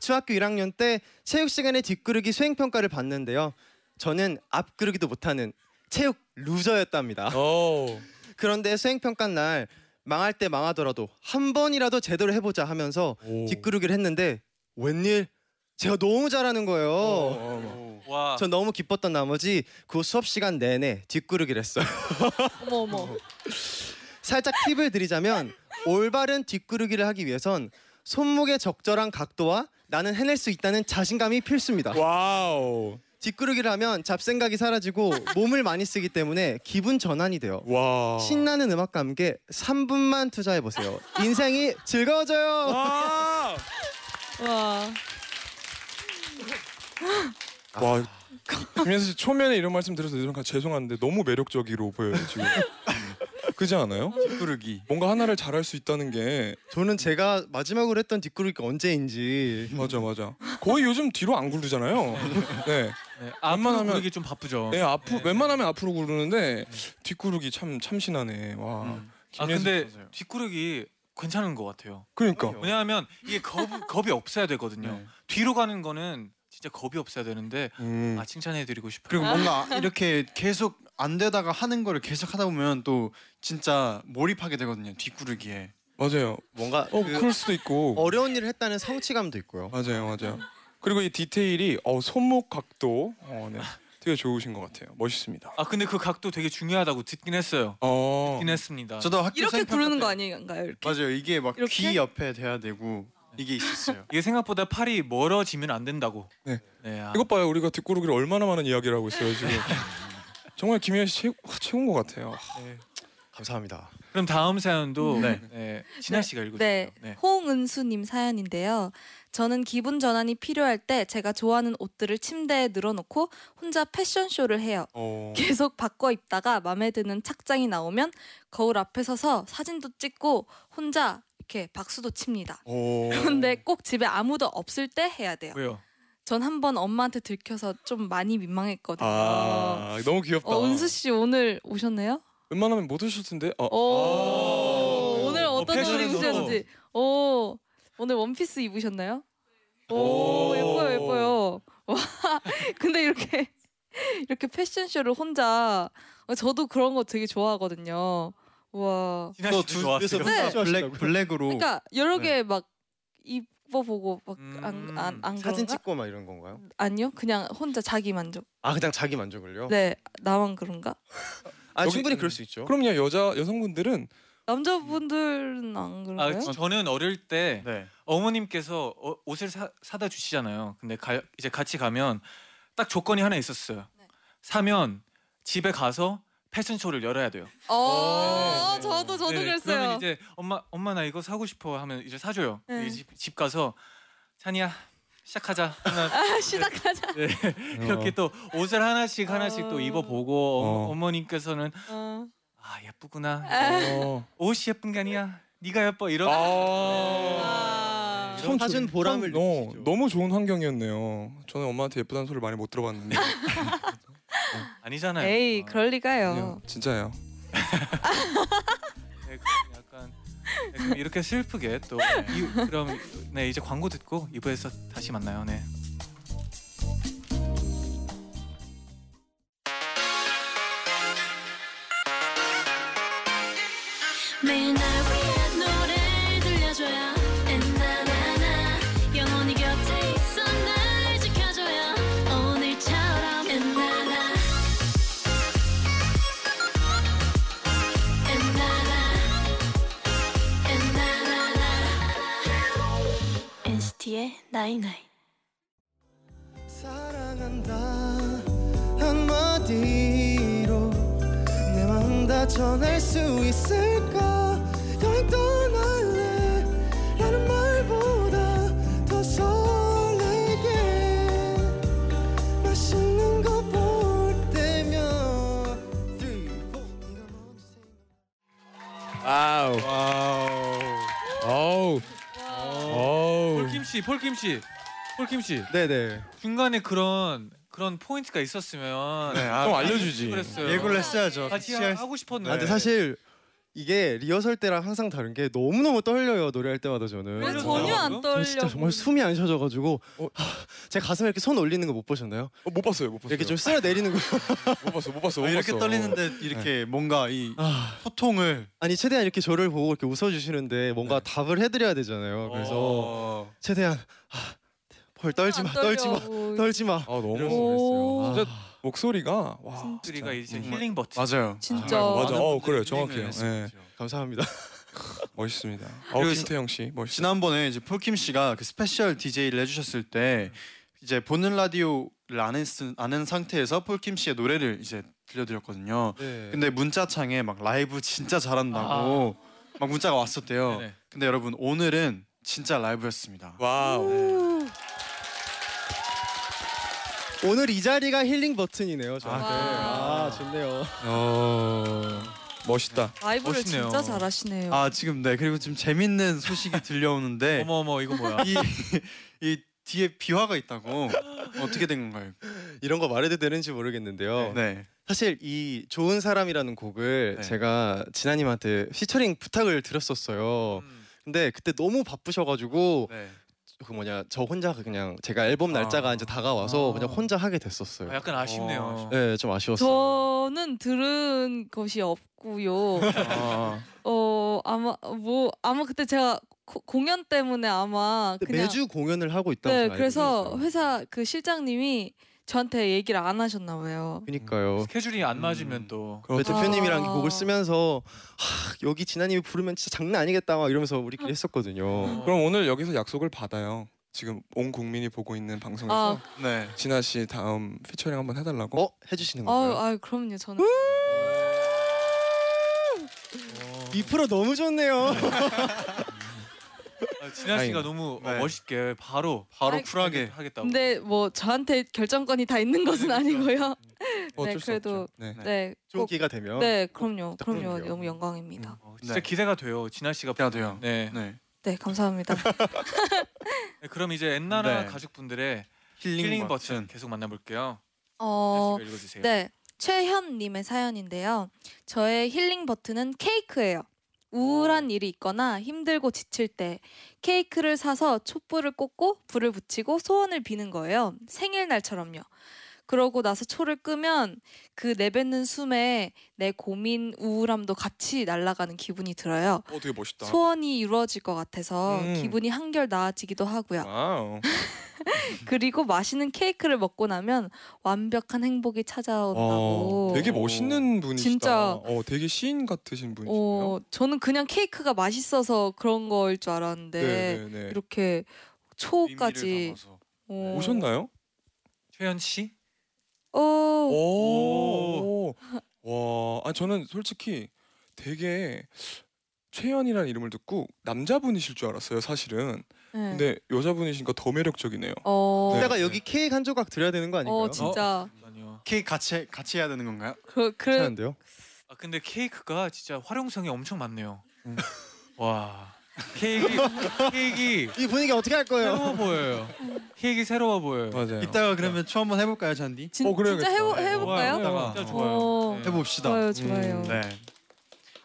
S2: 중학교 1학년 때 체육 시간에 뒷구르기 수행 평가를 봤는데요. 저는 앞구르기도 못하는 체육 루저였답니다.
S7: 어. 오.
S2: 그런데 수행 평가 날 망할 때 망하더라도 한 번이라도 제대로 해보자 하면서
S7: 오.
S2: 뒷구르기를 했는데 웬일 제가 너무 잘하는 거예요.
S7: 어,
S8: 오.
S3: 와.
S2: 전 너무 기뻤던 나머지 그 수업 시간 내내 뒷구르기를 했어요.
S5: 어머 어머
S2: 살짝 팁을 드리자면 올바른 뒷구르기를 하기 위해선 손목의 적절한 각도와 나는 해낼 수 있다는 자신감이 필수입니다.
S7: 와우.
S2: 뒷구르기를 하면 잡생각이 사라지고 몸을 많이 쓰기 때문에 기분 전환이 돼요.
S7: 와.
S2: 신나는 음악과 함께 3분만 투자해 보세요. 인생이 즐거워져요.
S7: 아.
S5: 와
S7: 와. 아. 김현수 씨 초면에 이런 말씀 드려서 죄송- 죄송한데 너무 매력적이로 보여요 지금. 그지 않아요?
S8: 꾸르기.
S7: 뭔가 하나를 잘할 수 있다는 게
S2: 저는 제가 마지막으로 했던 뒷구르기가 언제인지
S8: 음.
S7: 맞아 맞아. 거의 요즘 뒤로 안 구르잖아요. 네.
S3: 네. 앞만 하면 이게 좀 바쁘죠.
S8: 네,
S3: 아,
S7: 예, 앞으 웬만하면 앞으로 구르는데 뒷구르기 참 참신하네. 와.
S8: 음.
S3: 아
S7: 김혜수
S3: 근데
S8: 선수요. 어.
S3: 뒷구르기 괜찮은 것 같아요.
S7: 그러니까
S3: 왜냐하면 이게 겁 겁이 없어야 되거든요.
S8: 네.
S3: 뒤로 가는 거는 진짜 겁이 없어야 되는데
S7: 음.
S3: 아 칭찬해드리고 싶어요.
S8: 그리고 뭔가
S5: 아.
S8: 이렇게 계속 안 되다가 하는 거를 계속 하다 보면 또 진짜 몰입하게 되거든요. 뒷구르기에.
S7: 맞아요.
S2: 뭔가
S7: 어,
S2: 그
S7: 그럴 수도 있고.
S2: 어려운 일을 했다는 성취감도 있고요.
S7: 맞아요, 맞아요. 그리고 이 디테일이 어, 손목 각도 어, 네. 되게 좋으신 것 같아요. 멋있습니다.
S3: 아 근데 그 각도 되게 중요하다고 듣긴 했어요.
S7: 어.
S3: 듣긴 했습니다.
S8: 아, 저도 학교
S5: 이렇게
S8: 생평가
S5: 부르는
S8: 때-
S5: 거 아닌가요? 이렇게
S8: 맞아요. 이게 막
S5: 이렇게?
S8: 귀 옆에 돼야 되고 이게 있었어요.
S3: 이게 생각보다 팔이 멀어지면 안 된다고.
S7: 네.
S3: 네. 아,
S7: 이것 봐요. 우리가 뒷구르기를 얼마나 많은 이야기를 하고 있어요, 지금. 정말 김현 씨 최고, 최고인 것 같아요.
S3: 네.
S2: 감사합니다.
S3: 그럼 다음 사연도 네.
S8: 네.
S3: 신하 씨가 읽어주세요.
S5: 네.
S3: 네.
S5: 홍은수님 사연인데요. 저는 기분 전환이 필요할 때 제가 좋아하는 옷들을 침대에 늘어놓고 혼자 패션쇼를 해요.
S7: 어.
S5: 계속 바꿔 입다가 마음에 드는 착장이 나오면 거울 앞에 서서 사진도 찍고 혼자 이렇게 박수도 칩니다.
S7: 어.
S5: 그런데 꼭 집에 아무도 없을 때 해야 돼요.
S3: 왜요?
S5: 전 한 번 엄마한테 들켜서 좀 많이 민망했거든요.
S7: 아, 너무 귀엽다.
S5: 어, 은수 씨 오늘 오셨네요?
S7: 웬만하면 못 오실 텐데. 어.
S5: 오, 오늘 어떤 옷
S3: 패션에서도.
S5: 입으셨는지. 오, 오늘 원피스 입으셨나요? 오,
S7: 오.
S5: 예뻐요, 예뻐요. 와, 근데 이렇게 이렇게 패션쇼를 혼자 어, 저도 그런 거 되게 좋아하거든요. 와,
S3: 신하
S8: 또
S3: 씨도
S8: 두- 그래서
S3: 좋았어요.
S5: 네.
S8: 블랙 블랙으로
S5: 그러니까 여러
S8: 네.
S5: 개 막 입어보고 막안안안
S3: 음,
S2: 사진
S5: 그런가? 네.
S2: 찍고 막 이런 건가요?
S5: 아니요, 그냥 혼자 자기 만족.
S2: 아 그냥 자기
S3: 어.
S2: 만족을요?
S5: 네, 음. 나만 그런가?
S2: 아
S7: 여기-
S2: 충분히 그럴 수 있죠.
S7: 그럼요. 여자 여성분들은
S5: 남자분들은 안
S3: 아,
S5: 그런가요?
S3: 저- 저는 어릴 때
S8: 뭐 네.
S3: 어머님께서 어- 옷을 사, 사다 주시잖아요. 근데 가,
S5: 네.
S3: 이제 같이 가면 딱 조건이 하나 있었어요. 사면 집에 가서 패션쇼를 열어야 돼요.
S5: 어, 저도 저도
S3: 네네.
S5: 그랬어요.
S3: 그러면 이제 엄마 엄마 나 이거 사고 싶어 하면 이제 사줘요.
S5: 네.
S3: 이제 집, 집 가서 찬이야 시작하자. 하면
S5: 아, 시작하자.
S3: 네. 이렇게 또 옷을 하나씩 하나씩
S5: 어.
S3: 또 입어보고
S7: 어.
S3: 어. 머님께서는
S5: 어.
S3: 아 예쁘구나
S7: 어.
S3: 옷이 예쁜 게 아니야 네가 예뻐 이런
S5: 아.
S6: 이런 사준 보람을
S7: 참, 어,
S6: 느끼시죠.
S7: 너무 좋은 환경이었네요. 저는 엄마한테 예쁘다는 소리를 많이 못 들어봤는데
S3: 아니잖아요.
S5: 에이
S3: 어,
S5: 그럴 리가요.
S7: 아니요, 진짜예요.
S3: 네, 그럼 약간 네, 그럼 이렇게 슬프게 또 이, 그럼 네 이제 광고 듣고 2부에서 다시 만나요. 네.
S9: 매일 날 위한 노래를 들려줘요 엔나나나 영원히 곁에 있어 날 지켜줘요 오늘처럼 엔나나 엔나나 엔나나나 NCT의 나이나이
S6: 사랑한다 한마디로 내 마음 다 전할 수 있을까 여행 떠날래 라는 말보다 더 설레게 맛있는 거 볼 때면 Three, four. 네가 먼저 say no.
S10: 와우. 어우. 어우.
S3: 폴킴 씨, 폴킴 씨, 폴킴 씨
S6: 네네
S3: 중간에 그런 그런 포인트가 있었으면
S2: 네, 아,
S7: 형 알려주지.
S3: 그랬어요.
S2: 예고를 했어야죠.
S3: 같이
S2: 할-
S3: 하고 싶었는데.
S6: 아, 근데 사실 이게 리허설 때랑 항상 다른 게 너무너무 떨려요 노래할 때마다 저는
S5: 왜
S3: 떨려요?
S5: 전혀 안 떨려.
S6: 저는 진짜 정말 숨이 안 쉬어져가지고 하, 제 가슴에 이렇게 손 올리는 거 못 보셨나요?
S7: 어, 못 봤어요, 못 봤어요.
S6: 이렇게 좀 쓸어 내리는 거.
S7: 못 봤어, 못 봤어, 못
S2: 아, 이렇게
S7: 봤어.
S2: 떨리는데 이렇게 뭔가 이
S6: 네. 아,
S2: 소통을 네.
S6: 아니 최대한 이렇게 저를 보고 이렇게 웃어주시는데 뭔가 답을 해드려야 되잖아요. 그래서
S2: 어,
S6: 최대한 아, 헐 떨지 마, 떨지 마, 떨지 마. 아.
S7: 아 너무
S5: 오.
S6: 그랬어요.
S7: 목소리가 와
S3: 목소리가 이제
S2: 정말.
S3: 힐링 버튼.
S2: 맞아요.
S5: 진짜.
S2: 아,
S7: 맞아.
S2: 많은
S7: 어,
S2: 분들이
S7: 그래요.
S2: 힐링을
S7: 정확해요.
S2: 했어요.
S6: 네. 감사합니다.
S7: 멋있습니다. 아
S2: 그리고
S7: 김태형 씨 멋있어.
S2: 지난번에 이제 폴킴 씨가 그 스페셜 DJ를 해주셨을 때 이제 보는 라디오를 안, 했, 안 상태에서 폴킴 씨의 노래를 이제 들려드렸거든요.
S6: 네.
S7: 네.
S2: 근데 문자 창에 막 라이브 진짜 잘한다고
S6: 아.
S2: 막 문자가 왔었대요.
S3: 네네.
S2: 근데 여러분 오늘은 진짜 라이브였습니다.
S5: 음.
S7: 와우.
S6: 오늘 이 자리가 힐링 버튼이네요. 저한테.
S5: 와.
S6: 아, 좋네요.
S7: 어 멋있다.
S5: 라이브를
S3: 멋있네요.
S5: 진짜 잘하시네요.
S2: 아 지금 네 그리고 지금 재밌는 소식이 들려오는데
S3: 어머 어머 이거 뭐야?
S2: 네. 이, 이 뒤에 비화가 있다고 어떻게 된 건가요?
S6: 이런 거 말해도 되는지 모르겠는데요.
S2: 네.
S6: 사실 이 좋은 사람이라는 곡을
S2: 네.
S6: 제가 진아님한테 피처링 부탁을 드렸었어요.
S3: 음.
S6: 근데 그때 너무 바쁘셔가지고
S2: 네.
S6: 그 뭐냐 저 혼자 그냥 제가 앨범 날짜가
S2: 아.
S6: 이제 다가와서
S3: 아.
S6: 그냥 혼자 하게 됐었어요.
S3: 아, 약간 아쉽네요.
S2: 어,
S3: 아쉽네요.
S6: 네, 좀 아쉬웠어요.
S5: 저는 들은 것이 없고요.
S2: 아,
S5: 어 아마 뭐 아마 그때 제가 고- 공연 때문에 아마
S6: 근데
S5: 그냥
S6: 매주 공연을 하고 있다고
S5: 네
S6: 저는 알고
S5: 그래서
S6: 있어요.
S5: 회사 그 실장님이 저한테 얘기를 안 하셨나 봐요.
S6: 그니까요.
S3: 스케줄이
S2: 음.
S3: 안 맞으면 또
S2: 어,
S6: 왜
S5: 그렇죠.
S6: 대표님이랑 이
S5: 아.
S6: 곡을 쓰면서 하, 여기 진아님이 부르면 진짜 장난 아니겠다 막 이러면서 우리끼리 했었거든요.
S3: 어.
S7: 그럼 오늘 여기서 약속을 받아요. 지금 온 국민이 보고 있는 방송에서
S5: 아,
S2: 네.
S7: 진아 씨 다음 피처링 한번 해달라고.
S6: 어 해주시는
S5: 아유,
S6: 거예요? 음!
S5: 아유 그럼요 저는 아.
S6: 이 프로 너무 좋네요.
S3: 아, 진아 씨가
S7: 아이고.
S3: 너무 어,
S2: 네.
S3: 멋있게 바로
S2: 바로
S5: 아이,
S2: 쿨하게
S3: 하겠다고.
S5: 근데 뭐 저한테 결정권이 다 있는 것은
S6: 음, 그러니까.
S5: 아니고요.
S7: 어쩔
S6: 뭐
S5: 네,
S7: 수
S5: 그래도-
S7: 없죠. 네.
S5: 네,
S6: 좋은
S5: 꼭,
S6: 기회가 되면
S5: 네 그럼요,
S6: 부탁드릴게요.
S5: 그럼요 너무 영광입니다.
S3: 어, 진짜
S2: 네.
S3: 기대가 돼요. 진아 씨가
S2: 돼야 돼요.
S3: 네.
S2: 네.
S5: 네 감사합니다.
S3: 네, 그럼 이제 엔나나
S2: 네.
S3: 가족분들의
S2: 힐링,
S3: 힐링 버튼,
S2: 버튼.
S3: 계속 만나볼게요.
S5: 어,
S3: 어... 읽어주세요.
S5: 네. 최현님의 사연인데요. 저의 힐링 버튼은 케이크예요. 우울한 일이 있거나 힘들고 지칠 때 케이크를 사서 촛불을 꽂고 불을 붙이고 소원을 비는 거예요. 생일날처럼요. 그러고 나서 초를 끄면 그 내뱉는 숨에 내 고민, 우울함도 같이 날아가는 기분이 들어요.
S7: 어 되게 멋있다.
S5: 소원이 이루어질 것 같아서
S7: 음.
S5: 기분이 한결 나아지기도 하고요.
S7: 와우.
S5: 그리고 맛있는 케이크를 먹고 나면 완벽한 행복이 찾아온다고.
S7: 어, 되게 멋있는 분이시다.
S5: 진짜.
S7: 어 되게 시인 같으신 분이시네요.
S5: 어, 저는 그냥 케이크가 맛있어서 그런 거일 줄 알았는데
S7: 네네네.
S5: 이렇게
S2: 의미를
S5: 초까지
S2: 담아서.
S5: 어.
S7: 오셨나요? 어,
S3: 최현 씨?
S5: 어,
S7: 오. 와, 아 저는 솔직히 되게 최연이라는 이름을 듣고 남자분이실 줄 알았어요, 사실은.
S5: 네.
S7: 근데 여자분이시니까 더 매력적이네요.
S5: 어,
S6: 이따가 여기 케이크 한 조각 드려야 되는 거 아닌가요?
S5: 어 진짜
S3: 아니요.
S2: 케이크 같이 같이 해야 되는 건가요?
S5: 그, 그
S6: 괜찮은데요?
S3: 아 근데 케이크가 진짜 활용성이 엄청 많네요. 와 케이크 케이크
S6: 이 분위기 어떻게 할 거예요?
S3: 새로워 보여요. 케이크 새로워 보여요.
S7: 맞아요.
S2: 이따가 그러면 초 한번 해볼까요, 잔디?
S5: 진,
S7: 어, 그래야겠다.
S5: 진짜 해보,
S3: 네,
S5: 해볼까요?
S3: 좋아요, 좋아요. 진짜
S5: 어.
S3: 좋아요. 네.
S2: 해봅시다.
S5: 좋아요 좋아요.
S7: 음,
S2: 네.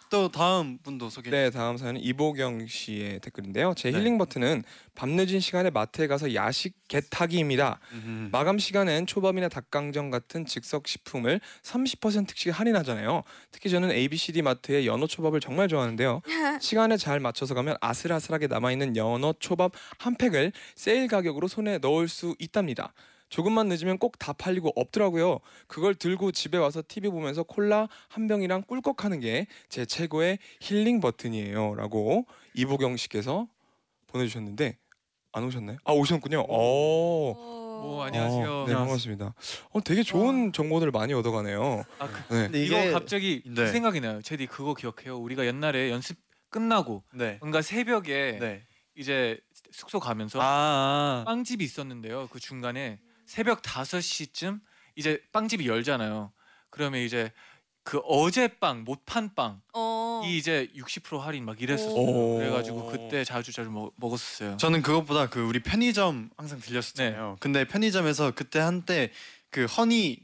S2: 또 다음 분도 소개.
S7: 네, 다음 사연은 이보경 씨의 댓글인데요. 제
S2: 네.
S7: 힐링 버튼은 밤늦은 시간에 마트에 가서 야식 개타기입니다.
S2: 음.
S7: 마감 시간엔 초밥이나 닭강정 같은 즉석 식품을 30%씩 할인하잖아요. 특히 저는 ABCD 마트의 연어 초밥을 정말 좋아하는데요. 시간에 잘 맞춰서 가면 아슬아슬하게 남아 있는 연어 초밥 한 팩을 세일 가격으로 손에 넣을 수 있답니다. 조금만 늦으면 꼭 다 팔리고 없더라고요. 그걸 들고 집에 와서 TV 보면서 콜라 한 병이랑 꿀꺽하는 게 제 최고의 힐링 버튼이에요라고 이보경 씨께서 보내 주셨는데 안 오셨나요? 아, 오셨군요. 오.
S3: 오
S5: 어.
S3: 안녕하세요.
S7: 어, 네 반갑습니다. 어 되게 좋은 정보들 많이 얻어가네요.
S3: 아, 그,
S7: 네.
S6: 근데
S3: 이거
S6: 이게
S3: 갑자기
S2: 네.
S3: 그 생각이 나요. 제디 그거 기억해요. 우리가 옛날에 연습 끝나고
S2: 네.
S3: 뭔가 새벽에
S2: 네.
S3: 이제 숙소 가면서
S2: 아. 아.
S3: 빵집이 있었는데요. 그 중간에 새벽 5시쯤 이제 빵집이 열잖아요. 그러면 이제 그 어제 빵, 못 판 빵이
S5: 어.
S3: 이제 60% 할인 막 이랬었어요.
S7: 오.
S3: 그래가지고 그때 자주 자주 먹, 먹었었어요.
S2: 저는 그것보다 그 우리 편의점 항상 들렸었잖아요. 근데 편의점에서 그때 한때 그 허니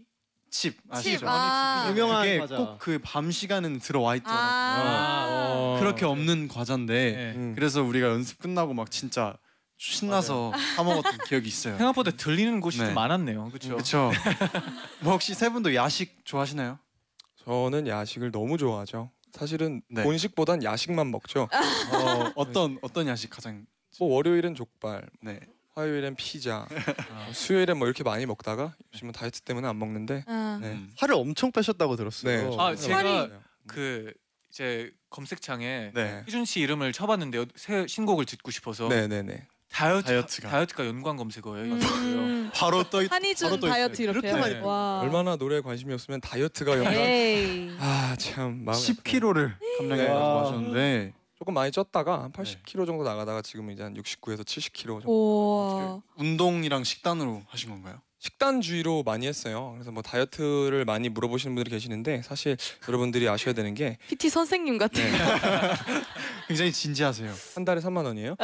S2: 칩 아시죠?
S5: 칩, 아.
S6: 유명한
S2: 그게
S6: 과자.
S2: 꼭 그 밤 시간은 들어와 있더라고요.
S5: 아.
S2: 그렇게 없는 과자인데
S3: 네.
S7: 음.
S2: 그래서 우리가 연습 끝나고 막 진짜 신나서 사 먹었던 기억이 있어요.
S3: 생각보다 들리는 곳이
S2: 네.
S3: 좀 많았네요. 그렇죠.
S2: 그렇죠. 뭐 혹시 세 분도 야식 좋아하시나요?
S7: 저는 야식을 너무 좋아하죠. 사실은
S2: 네.
S7: 본식보단 야식만 먹죠.
S3: 아.
S2: 어, 어떤 어떤 야식 가장
S7: 뭐 월요일엔 족발,
S2: 네.
S7: 화요일엔 피자, 수요일엔 뭐 이렇게 많이 먹다가 요즘은 다이어트 때문에 안 먹는데.
S5: 아.
S2: 네.
S7: 음.
S6: 살을 엄청 빼셨다고
S7: 네.
S6: 들었어요.
S3: 아, 제가
S7: 네.
S3: 그 이제 검색창에
S2: 네.
S3: 희준 씨 이름을 쳐봤는데요. 새 신곡을 듣고 싶어서
S7: 네, 네, 네.
S3: 다이어트,
S2: 다이어트가.
S3: 다이어트가 다이어트가 연관 검색어예요. 이거예요.
S5: 음.
S2: 바로 떠 있.
S5: 한이준
S2: 바로 또
S5: 다이어트
S2: 있어요.
S5: 이렇게
S3: 이렇게 많이
S5: 해요? 와.
S7: 얼마나 노래에 관심이 없으면 다이어트가
S3: 예.
S7: 영향.
S5: 에이.
S7: 아, 참
S2: 네.
S7: 마음.
S2: 10kg를 감량했다고
S6: 와.
S2: 하셨는데
S7: 조금 많이 쪘다가 한
S3: 네.
S7: 80kg 정도 나가다가 지금 이제 한 69에서 70kg 정도.
S5: 오.
S2: 운동이랑 식단으로 하신 건가요?
S7: 식단주의로 많이 했어요. 그래서 뭐 다이어트를 많이 물어보시는 분들이 계시는데 사실 여러분들이 아셔야 되는 게 한
S5: PT 선생님 같아.
S7: 네.
S5: 요
S2: 굉장히 진지하세요.
S7: 달에 3만 원이에요.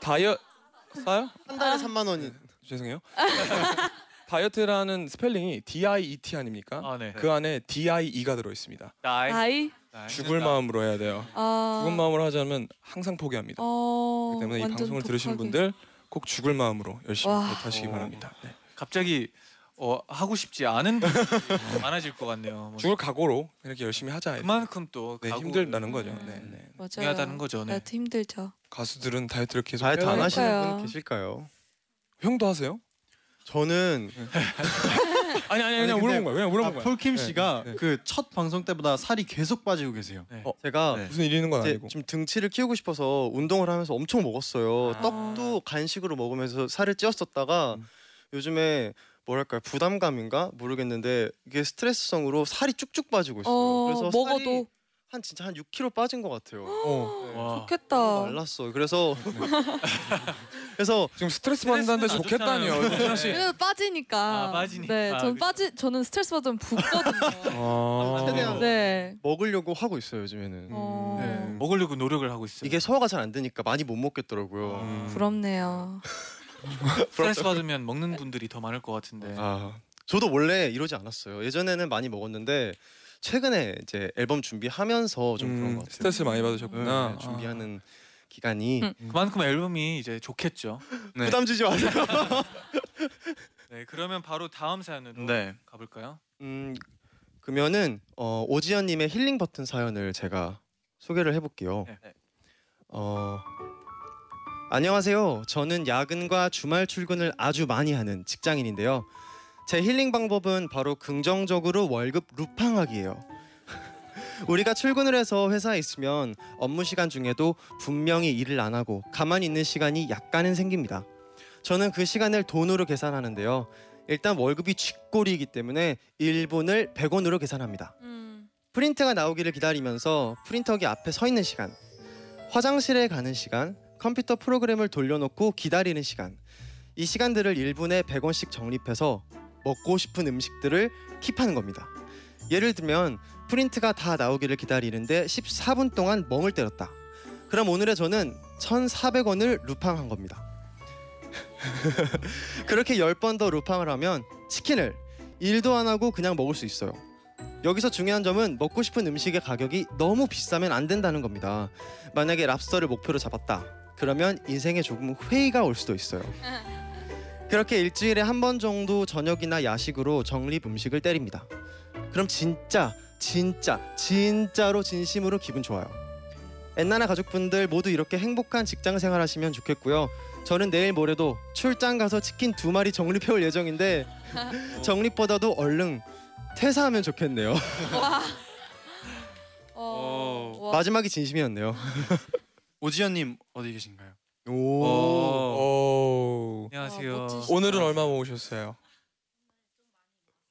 S7: 다이어 싸요?
S6: 한 달에 3만 원이.
S7: 죄송해요. 다이어트라는 스펠링이 D I E T 아닙니까?
S3: 아 네.
S7: 그 안에 D I E가 들어 있습니다.
S3: 나이
S5: 아이.
S7: 죽을 마음으로 해야 돼요.
S5: 아.
S7: 죽은 마음으로 하자면 항상 포기합니다.
S5: 어.
S7: 그렇기 때문에 이
S5: 완전
S7: 방송을 들으시는
S5: 독하게.
S7: 분들 꼭 죽을 마음으로 열심히
S5: 와.
S7: 다이어트하시기
S3: 오.
S7: 바랍니다. 네.
S3: 갑자기 어, 하고 싶지 않은 분이 많아질 것 같네요. 뭐
S7: 죽을 각오로 이렇게 열심히 하자.
S3: 그만큼 또
S7: 네,
S3: 각오를
S7: 힘들다는 거죠. 네, 네.
S5: 맞아요.
S3: 중요하다는 거죠. 네.
S5: 나도 힘들죠.
S7: 가수들은 다이어트를 계속
S6: 다이어트 안
S7: 해야
S5: 하시-
S6: 하시는
S5: 그러니까요.
S6: 분 계실까요?
S7: 형도 하세요?
S6: 저는
S7: 아니 아니
S6: 아니,
S7: 네, 그냥
S6: 근데-
S7: 물어본 거야. 그냥 물어본
S2: 아,
S7: 거야.
S2: 폴킴 씨가
S7: 네, 네.
S2: 그 첫 방송 때보다 살이 계속 빠지고 계세요.
S6: 제가
S2: 네.
S7: 무슨 일 있는 건
S6: 이제
S7: 아니고.
S6: 좀 등치를 키우고 싶어서 운동을 하면서 엄청 먹었어요.
S3: 아.
S6: 떡도 간식으로 먹으면서 살을 찌웠었다가
S7: 음.
S6: 요즘에 뭐랄까 부담감인가 모르겠는데 이게 스트레스성으로 살이 쭉쭉 빠지고 있어요.
S5: 어,
S6: 그래서
S5: 먹어도
S6: 살이 한 진짜 한 6kg 빠진 것 같아요.
S7: 어.
S3: 와.
S6: 아.
S5: 좋겠다.
S6: 말랐어. 그래서 그래서
S7: 지금 스트레스 받는다는데
S3: 스트레스는 안
S7: 좋겠다니요.
S3: 좋잖아요.
S7: 정신없이.
S3: 네.
S5: 왜냐면 빠지니까.
S3: 아, 빠지니까.
S5: 네, 전
S3: 그쵸.
S5: 빠지 저는 스트레스 받으면
S7: 아,
S5: 붓거든요.
S2: 어,
S6: 최대한
S5: 네.
S6: 먹으려고 하고 있어요
S7: 음.
S6: 요즘에는.
S5: 어.
S6: 네.
S3: 먹으려고 노력을 하고 있어요.
S6: 이게 소화가 잘 안 되니까 많이 못 먹겠더라고요.
S3: 음.
S7: 아.
S5: 부럽네요.
S3: 스트레스 받으면 먹는 분들이 더 많을 것 같은데.
S6: 아, 저도 원래 이러지 않았어요. 예전에는 많이 먹었는데 최근에 이제 앨범 준비하면서 좀 그런 것 같아요.
S7: 음, 스트레스 많이 받으셨구나.
S6: 네, 준비하는 기간이
S5: 음.
S3: 그만큼 앨범이 이제 좋겠죠.
S2: 네.
S6: 부담 주지 마세요.
S3: 네, 그러면 바로 다음 사연으로
S2: 네.
S3: 가볼까요?
S6: 음, 그러면은 어, 오지연님의 힐링 버튼 사연을 제가 소개를 해볼게요.
S3: 네.
S6: 어, 안녕하세요. 저는 야근과 주말 출근을 아주 많이 하는 직장인인데요. 제 힐링 방법은 바로 긍정적으로 월급 루팡하기예요. 우리가 출근을 해서 회사에 있으면 업무 시간 중에도 분명히 일을 안 하고 가만히 있는 시간이 약간은 생깁니다. 저는 그 시간을 돈으로 계산하는데요. 일단 월급이 쥐꼬리이기 때문에 1분을 100원으로 계산합니다.
S5: 음.
S6: 프린트가 나오기를 기다리면서 프린터기 앞에 서 있는 시간, 화장실에 가는 시간, 컴퓨터 프로그램을 돌려놓고 기다리는 시간. 이 시간들을 1분에 100원씩 적립해서 먹고 싶은 음식들을 킵하는 겁니다. 예를 들면 프린트가 다 나오기를 기다리는데 14분 동안 멍을 때렸다. 그럼 오늘의 저는 1,400원을 루팡한 겁니다. 그렇게 10번 더 루팡을 하면 치킨을 일도 안 하고 그냥 먹을 수 있어요. 여기서 중요한 점은 먹고 싶은 음식의 가격이 너무 비싸면 안 된다는 겁니다. 만약에 랍스터를 목표로 잡았다. 그러면 인생에 조금 회의가 올 수도 있어요. 그렇게 일주일에 한 번 정도 저녁이나 야식으로 정립 음식을 때립니다. 그럼 진짜 진짜 진짜로 진심으로 기분 좋아요. 엔나나 가족분들 모두 이렇게 행복한 직장 생활 하시면 좋겠고요. 저는 내일 모레도 출장 가서 치킨 두 마리 정립해 올 예정인데 정립보다도 얼른 퇴사하면 좋겠네요.
S5: 와. 어. 와.
S6: 마지막이 진심이었네요.
S2: 오지연님 어디 계신가요?
S6: 오.
S7: 오.
S5: 와,
S3: 안녕하세요.
S5: 아, 멋지시다.
S7: 오늘은 얼마 모으셨어요?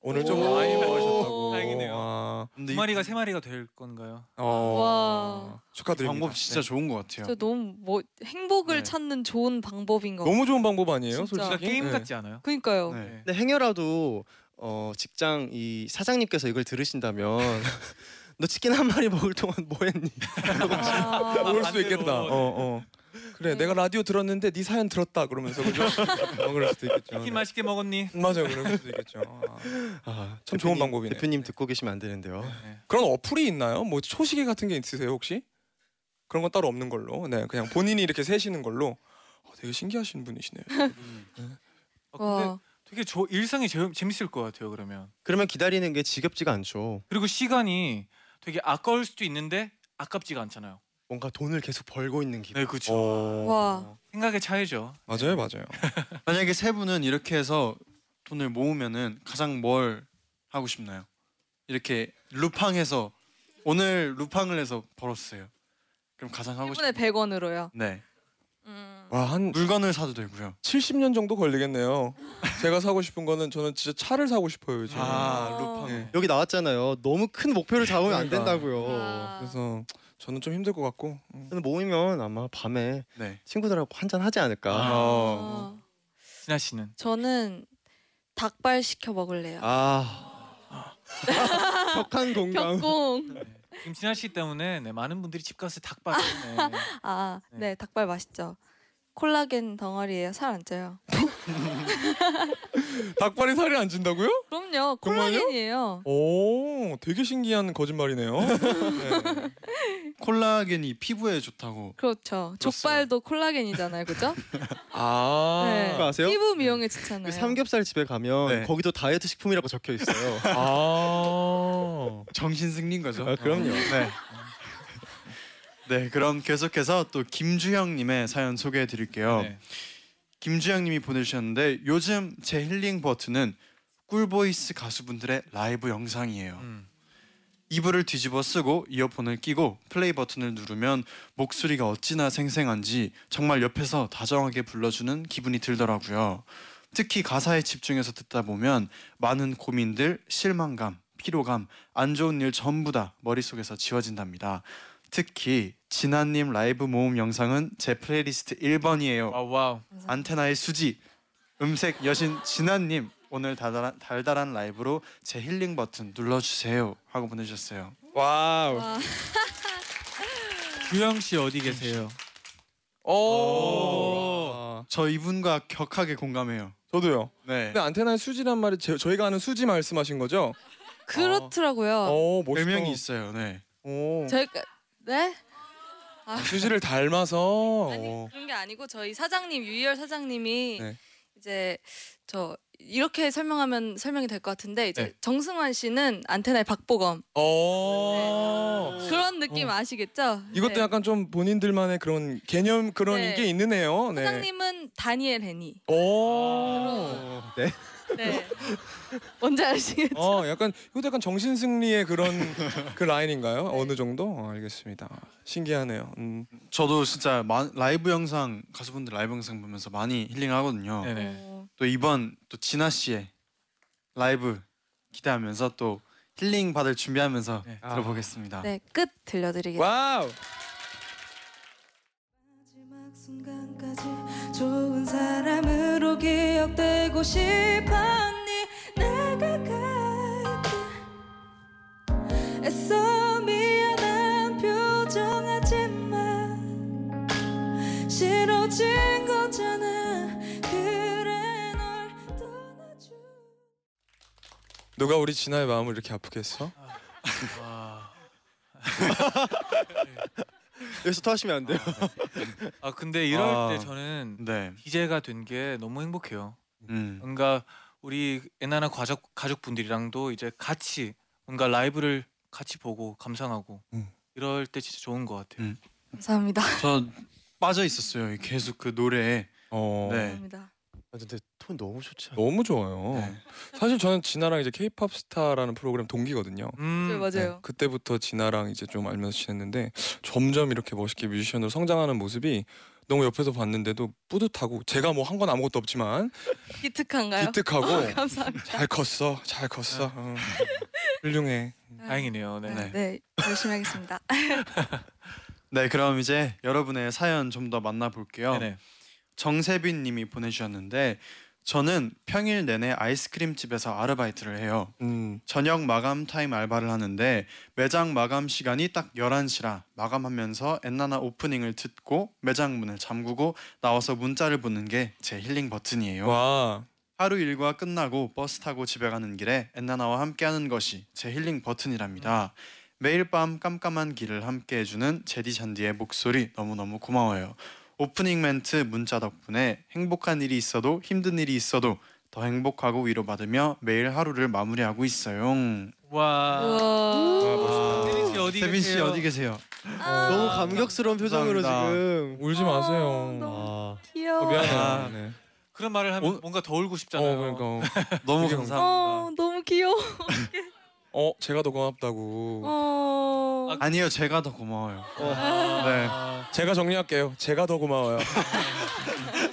S7: 오늘 좀
S3: 오.
S7: 많이 모으셨다고. 아,
S3: 다행이네요.
S7: 와.
S2: 근데
S3: 두
S2: 이
S3: 마리가 세 마리가 될 건가요?
S7: 어.
S5: 와.
S7: 축하드립니다.
S2: 방법 진짜
S7: 네.
S2: 좋은 것 같아요.
S5: 저 너무 뭐 행복을
S2: 네.
S5: 찾는 좋은 방법인 것. 같아요.
S7: 너무 좋은 방법 아니에요?
S5: 진짜.
S3: 진짜
S7: 솔직히
S3: 게임
S7: 네.
S3: 같지 않아요?
S5: 그러니까요.
S2: 네.
S6: 근데 행여라도 어, 직장 이 사장님께서 이걸 들으신다면 너 치킨 한 마리 먹을 동안 뭐했니?
S5: 아,
S7: 모를 수도
S3: 반대로.
S7: 있겠다. 어, 어. 그래,
S5: 네.
S7: 내가 라디오 들었는데 네 사연 들었다 그러면서 그죠? 어, 그럴 수도 있겠죠.
S3: 치킨 맛있게 먹었니?
S7: 맞아요, 그럴 수도 있겠죠. 아.
S6: 아,
S7: 참
S6: 대표님,
S7: 좋은 방법이네요.
S6: 대표님 듣고 계시면 안 되는데요.
S3: 네.
S7: 그런 어플이 있나요? 뭐 초시계 같은 게 있으세요 혹시? 그런 건 따로 없는 걸로. 네, 그냥 본인이 이렇게 세시는 걸로. 어, 되게 신기하신 분이시네요.
S3: 어, 근데
S5: 와.
S3: 되게 저 일상이 재, 재밌을 것 같아요. 그러면
S6: 그러면 기다리는 게 지겹지가 않죠.
S3: 그리고 시간이 되게 아까울 수도 있는데 아깝지가 않잖아요.
S6: 뭔가 돈을 계속 벌고 있는 기분.
S3: 네, 그렇죠.
S7: 어.
S5: 와.
S3: 생각의 차이죠.
S7: 맞아요, 맞아요.
S2: 만약에 세 분은 이렇게 해서 돈을 모으면은 가장 뭘 하고 싶나요? 이렇게 루팡해서 오늘 루팡을 해서 벌었어요. 그럼 가장 하고 싶
S5: 1분에 100원으로요.
S2: 네.
S5: 음.
S7: 와, 한
S2: 물건을 사도 되고요.
S7: 70년 정도 걸리겠네요. 제가 사고 싶은 거는 저는 진짜 차를 사고 싶어요, 요즘.
S2: 아,
S5: 어.
S2: 루팡.
S7: 네.
S6: 여기 나왔잖아요. 너무 큰 목표를 잡으면 안
S7: 그러니까.
S6: 된다고요.
S5: 아.
S7: 그래서 저는 좀 힘들 것 같고. 음.
S6: 저는 모이면 아마 밤에
S2: 네.
S6: 친구들하고 한잔 하지 않을까.
S2: 아.
S5: 어.
S3: 네. 진아 씨는
S5: 저는 닭발 시켜 먹을래요.
S6: 아. 격한 공감.
S5: 격공.
S3: 지금 진아 씨 때문에 네, 많은 분들이 집 가서 닭발 네.
S5: 아,
S3: 네.
S5: 네, 닭발 맛있죠. 콜라겐 덩어리예요. 살 안 쪄요.
S7: 닭발이 살이 안 찐다고요?
S5: 그럼요. 콜라겐이에요.
S7: 오, 되게 신기한 거짓말이네요. 네.
S2: 콜라겐이 피부에 좋다고.
S5: 그렇죠. 족발도 콜라겐이잖아요, 그죠?
S7: 아,
S5: 네.
S6: 그거 아세요?
S5: 피부 미용에 좋잖아요.
S6: 그 삼겹살 집에 가면
S2: 네.
S6: 거기도 다이어트 식품이라고 적혀 있어요.
S7: 아,
S2: 정신 승리인 거죠.
S6: 아, 그럼요.
S2: 네. 네, 그럼 계속해서 또 김주영님의 사연 소개해 드릴게요.
S3: 네.
S2: 김주영님이 보내주셨는데 요즘 제 힐링 버튼은 꿀보이스 가수분들의 라이브 영상이에요.
S3: 음.
S2: 이불을 뒤집어 쓰고 이어폰을 끼고 플레이 버튼을 누르면 목소리가 어찌나 생생한지 정말 옆에서 다정하게 불러주는 기분이 들더라고요. 특히 가사에 집중해서 듣다 보면 많은 고민들, 실망감, 피로감, 안 좋은 일 전부 다 머릿속에서 지워진답니다. 특히 진아님 라이브 모음 영상은 제 플레이리스트 1번이에요.
S3: 와우 와우.
S2: 안테나의 수지 음색 여신 진아님 오늘 달달한, 달달한 라이브로 제 힐링 버튼 눌러주세요 하고 보내주셨어요
S7: 와우.
S5: 와,
S3: 규영 씨 어디 계세요?
S7: 오. 아,
S2: 저 이분과 격하게 공감해요
S7: 저도요.
S2: 네
S7: 근데 안테나의 수지란 말이 제, 저희가 아는 수지 말씀하신 거죠?
S5: 그렇더라고요.
S7: 어, 멋있다.
S2: 별명이 있어요 네
S7: 오.
S5: 저희가 네?
S7: 수지를 닮아서.
S5: 아니
S7: 오.
S5: 그런 게 아니고 저희 사장님 유희열 사장님이
S7: 어. 네.
S5: 이제 저 이렇게 설명하면 설명이 될 것 같은데 이제
S3: 네.
S5: 정승환 씨는 안테나의 박보검
S7: 오.
S5: 그런 느낌 아시겠죠?
S7: 어. 이것도
S5: 네.
S7: 약간 좀 본인들만의 그런 개념 그런
S5: 네.
S7: 게 있는 애요. 네.
S5: 사장님은 아. 다니엘 해니.
S7: 오.
S5: 네. 뭔지 아시겠죠?
S7: 어, 약간 이것도 약간 정신 승리의 그런 그 라인인가요? 어느 정도? 어, 알겠습니다. 신기하네요. 음.
S2: 저도 진짜 마- 라이브
S7: 어.
S2: 영상 가수분들 라이브 영상 보면서 많이 힐링하거든요
S3: 네네.
S5: 어,
S2: 또 이번 또 진아 씨의 라이브 기대하면서 또 힐링 받을 준비하면서
S3: 네.
S2: 들어보겠습니다.
S5: 네, 끝 들려드리겠습니다.
S7: 와우.
S11: 마지막 순간까지 좋은 사람으로 기억되고 싶었니 내가 갈게 애써 미안한 표정하지 마 싫어진 거잖아 그래 널 떠나줘
S7: 누가 우리 진아의 마음을 이렇게 아프게 했어?
S6: 여기서 토하시면 안
S7: 네.
S6: 돼요.
S3: 아 근데 이럴
S2: 아.
S3: 때 저는
S2: 네.
S3: DJ가 된 게 너무 행복해요.
S2: 음.
S3: 뭔가 우리 엔나나 가족 가족분들이랑도 이제 같이 뭔가 라이브를 같이 보고 감상하고
S7: 음.
S3: 이럴 때 진짜 좋은 것 같아요.
S2: 음.
S5: 감사합니다.
S2: 저 빠져 있었어요. 계속 그 노래에.
S7: 어.
S2: 네.
S5: 감사합니다.
S6: 아, 근데 톤 너무 좋지 않아요?
S7: 너무 좋아요.
S2: 네.
S7: 사실 저는 진아랑 이제 K-pop 스타라는 프로그램 동기거든요.
S5: 네,
S3: 음.
S5: 맞아요.
S7: 그때부터 진아랑 이제 좀 알면서 지냈는데 점점 이렇게 멋있게 뮤지션으로 성장하는 모습이 너무 옆에서 봤는데도 뿌듯하고 제가 뭐 한 건 아무것도 없지만
S5: 기특한가요? 어,
S7: 기특하고
S5: 감사합니다.
S7: 잘 컸어, 잘 컸어. 응. 훌륭해.
S3: 다행이네요. 네.
S5: 네, 네, 열심히 하겠습니다.
S2: 네, 그럼 이제 여러분의 사연 좀 더 만나볼게요.
S3: 네네.
S2: 정세빈 님이 보내주셨는데 저는 평일 내내 아이스크림 집에서 아르바이트를 해요.
S7: 음.
S2: 저녁 마감 타임 알바를 하는데 매장 마감 시간이 딱 11시라 마감하면서 엔나나 오프닝을 듣고 매장 문을 잠그고 나와서 문자를 보는 게 제 힐링 버튼이에요.
S7: 와.
S2: 하루 일과 끝나고 버스 타고 집에 가는 길에 엔나나와 함께하는 것이 제 힐링 버튼이랍니다. 매일 밤 깜깜한 길을 함께 해주는 제디 잔디의 목소리 너무너무 고마워요. 오프닝 멘트 문자 덕분에 행복한 일이 있어도 힘든 일이 있어도 더 행복하고 위로받으며 매일 하루를 마무리하고 있어요.
S3: 와.
S5: 우와.
S3: 세빈 씨 어디
S2: 세빈 씨
S3: 계세요?
S2: 어디 계세요?
S6: 아. 너무 감격스러운 표정으로
S2: 감사합니다.
S6: 지금.
S5: 아,
S7: 울지 마세요.
S6: 아,
S5: 귀여워.
S7: 어, 미안해요.
S2: 아.
S7: 네.
S3: 그런 말을 하면
S2: 오-
S3: 뭔가 더 울고 싶잖아요.
S7: 어, 그러니까.
S2: 너무
S7: 이게
S2: 감사합니다.
S5: 어, 너무 귀여워.
S7: 어, 제가 더 고맙다고.
S5: 어.
S2: 아니요, 제가 더 고마워요.
S3: 아.
S2: 네.
S7: 제가 정리할게요. 제가 더 고마워요.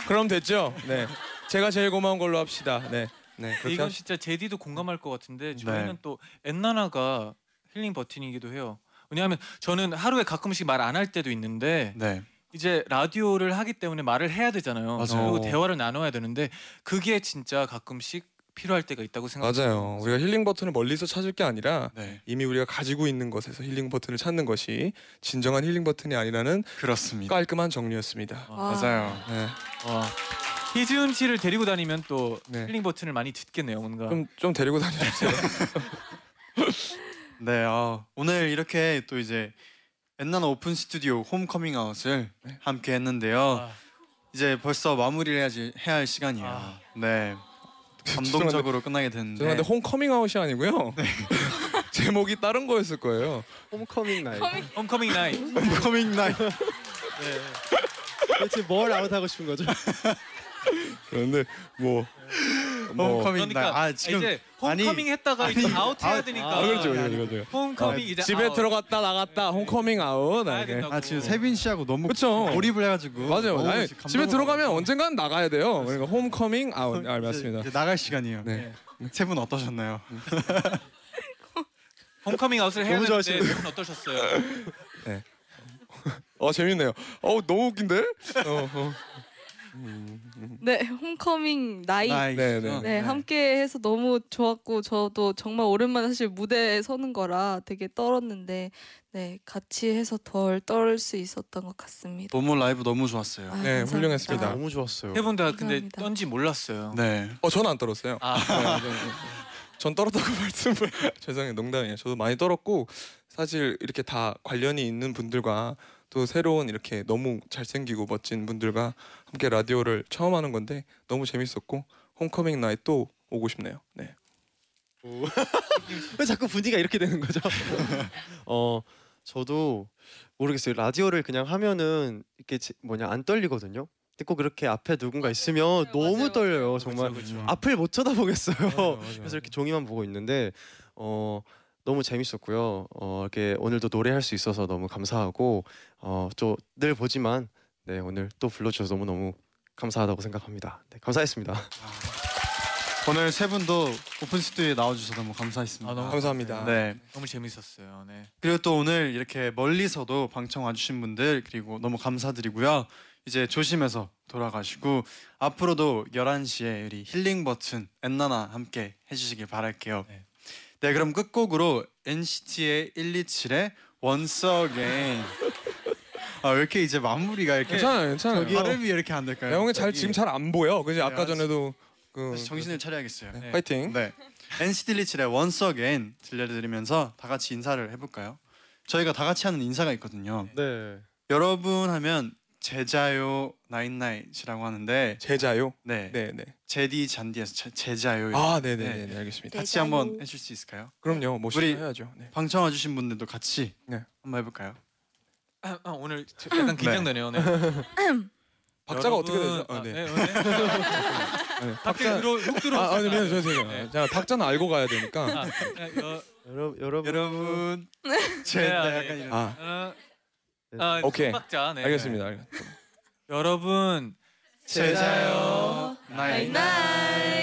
S7: 그럼 됐죠? 네. 제가 제일 고마운 걸로 합시다. 네. 네.
S3: 근데
S7: 그렇게
S3: 이건
S7: 합시다.
S3: 진짜 제디도 공감할 것 같은데 저희는
S2: 네.
S3: 또 엔나나가 힐링 버튼이기도 해요. 왜냐하면 저는 하루에 가끔씩 말 안 할 때도 있는데
S2: 네.
S3: 이제 라디오를 하기 때문에 말을 해야 되잖아요.
S2: 맞아요.
S3: 그리고 대화를 나눠야 되는데 그게 진짜 가끔씩 필요할 때가 있다고 생각해요.
S7: 맞아요. 우리가 힐링 버튼을 멀리서 찾을 게 아니라
S2: 네.
S7: 이미 우리가 가지고 있는 것에서 힐링 버튼을 찾는 것이 진정한 힐링 버튼이 아니라는
S2: 그렇습니다.
S7: 깔끔한 정리였습니다.
S5: 와.
S2: 맞아요.
S7: 네.
S3: 와. 어. 희준 씨를 데리고 다니면 또
S7: 네.
S3: 힐링 버튼을 많이 듣겠네요, 뭔가.
S7: 좀, 좀 데리고 다녀주세요.
S2: 네, 아, 오늘 이렇게 또 이제 엔나나 오픈 스튜디오 홈커밍 아웃을
S7: 네.
S2: 함께 했는데요.
S3: 아.
S2: 이제 벌써 마무리를 해야지 해야 할 시간이에요.
S3: 아.
S2: 네. 감동적으로 끝나게 됐는데
S7: 죄송한데 홈 커밍아웃이 아니고요. 제목이 다른 거였을 거예요.
S6: 홈커밍 나이.
S3: 홈커밍 나이.
S2: 홈커밍 나이
S6: 도대체 뭘 아웃하고 싶은 거죠?
S7: 그런데 뭐, 뭐
S2: 홈커밍 나이.
S3: 그러니까
S2: 아, 지금
S3: 이제
S2: 아니,
S3: 홈커밍 했다가 이제 아웃 해야 되니까.
S7: 아, 그렇죠, 그렇죠, 그렇죠.
S3: 홈커밍 이제
S7: 집에
S3: 아웃.
S7: 들어갔다 나갔다 홈커밍 아웃.
S3: 가야
S7: 네.
S3: 된다고.
S2: 아, 지금 세빈 씨하고 너무
S7: 그쵸.
S2: 몰입을 해 가지고
S7: 맞아요. 아니, 집에 들어가면 언젠간 나가야 돼요. 그러니까 홈커밍 아웃. 아, 맞습니다.
S2: 이제 나갈 시간이에요.
S7: 네.
S2: 세 분 어떠셨나요?
S3: 아, 홈커밍 아웃을 해야
S6: 너무
S3: 되는데
S6: 좋아하시는데.
S3: 분 어떠셨어요?
S7: 어 재밌네요. 어 너무 웃긴데? 어, 어.
S5: 네, 홈커밍 나이.
S2: 나이.
S7: 네, 네.
S5: 네, 함께 해서 너무 좋았고 저도 정말 오랜만에 사실 무대에 서는 거라 되게 떨었는데 네, 같이 해서 덜 떨 수 있었던 것 같습니다.
S2: 너무 라이브 너무 좋았어요.
S5: 아,
S7: 네,
S5: 감사합니다.
S7: 훌륭했습니다.
S6: 너무
S7: 그렇죠.
S6: 좋았어요.
S3: 세 분 다 근데
S5: 감사합니다.
S3: 떤지 몰랐어요.
S2: 네.
S7: 어 저는 안 떨었어요.
S3: 아,
S7: 네, 네, 네. 전 떨었다고 말씀을 죄송해요 농담이에요. 저도 많이 떨었고 사실 이렇게 다 관련이 있는 분들과 또 새로운 이렇게 너무 잘생기고 멋진 분들과 함께 라디오를 처음 하는 건데 너무 재밌었고 홈커밍 나이 또 오고 싶네요. 네.
S6: 왜 자꾸 분위기가 이렇게 되는 거죠? 어 저도 모르겠어요. 라디오를 그냥 하면은 이렇게 제- 뭐냐 안 떨리거든요. 근데 꼭 이렇게 앞에 누군가 있으면 너무
S5: 네, 맞아요.
S6: 떨려요. 정말
S3: 그렇죠.
S7: 음.
S6: 앞을 못 쳐다보겠어요. 그래서
S7: 그래서
S6: 이렇게 종이만 보고 있는데 어 너무 재밌었고요. 어 이렇게 오늘도 노래할 수 있어서 너무 감사하고 어저늘 보지만 네 오늘 또 불러주셔서 너무 너무 감사하다고 생각합니다. 네 감사했습니다.
S2: 오늘 세 분도 오픈 스튜디오에 나와주셔서 너무 감사했습니다.
S3: 아, 너무
S7: 감사합니다.
S2: 네.
S3: 너무 재밌었어요. 네.
S2: 그리고 또 오늘 이렇게 멀리서도 방청 와주신 분들 그리고 너무 감사드리고요. 이제 조심해서 돌아가시고 앞으로도 11시에 우리 힐링 버튼 엔나나 함께 해주시길 바랄게요. 네, 그럼 끝곡으로 NCT의 127의 Once Again 아왜 이렇게 이제 마무리가 이렇게
S7: 괜찮아요, 괜찮아요.
S2: 저기요. 네, 발음이 이렇게 안 될까요?
S7: 내용이 잘 지금 잘 안 보여. 그지 아까 전에도 그
S2: 다시 정신을 차려야겠어요.
S7: 네. 파이팅.
S2: 네. NCT 127의 Once Again 들려드리면서 다 같이 인사를 해볼까요? 저희가 다 같이 하는 인사가 있거든요.
S6: 네.
S2: 여러분 하면 제자요 나인나잇이라고 하는데
S7: 제자요.
S2: 네,
S7: 네, 네.
S2: 제디 잔디에서 제, 제자요.
S7: 아, 네, 네, 네, 네, 알겠습니다.
S2: 같이 한번 해줄 수 있을까요?
S7: 그럼요. 멋있게
S2: 우리
S7: 해야죠. 네.
S2: 방청 와주신 분들도 같이
S7: 네.
S2: 한번 해볼까요?
S3: 아, 아, 오늘 저- 약간 긴장되네요. 네.
S7: 박자가 어떻게
S3: 여러분,
S7: 되죠? 아,
S3: 아,
S7: 네.
S3: 네, 네.
S7: 아니,
S3: 갑자기
S7: 박자
S3: 들어 훅 들어.
S7: 아, 아니, 미안, 죄송해요. 제가 박자는 알고 가야 되니까.
S6: 여러, 여러분
S2: 여러분, 제
S3: 네,
S2: 나
S3: 네.
S2: 약간 이런.
S7: 아,
S3: 아, 아,
S7: 오케이.
S3: 박자. 네.
S7: 알겠습니다. 알겠습니다.
S3: 여러분
S2: 제자요 나인나잇.
S5: 나이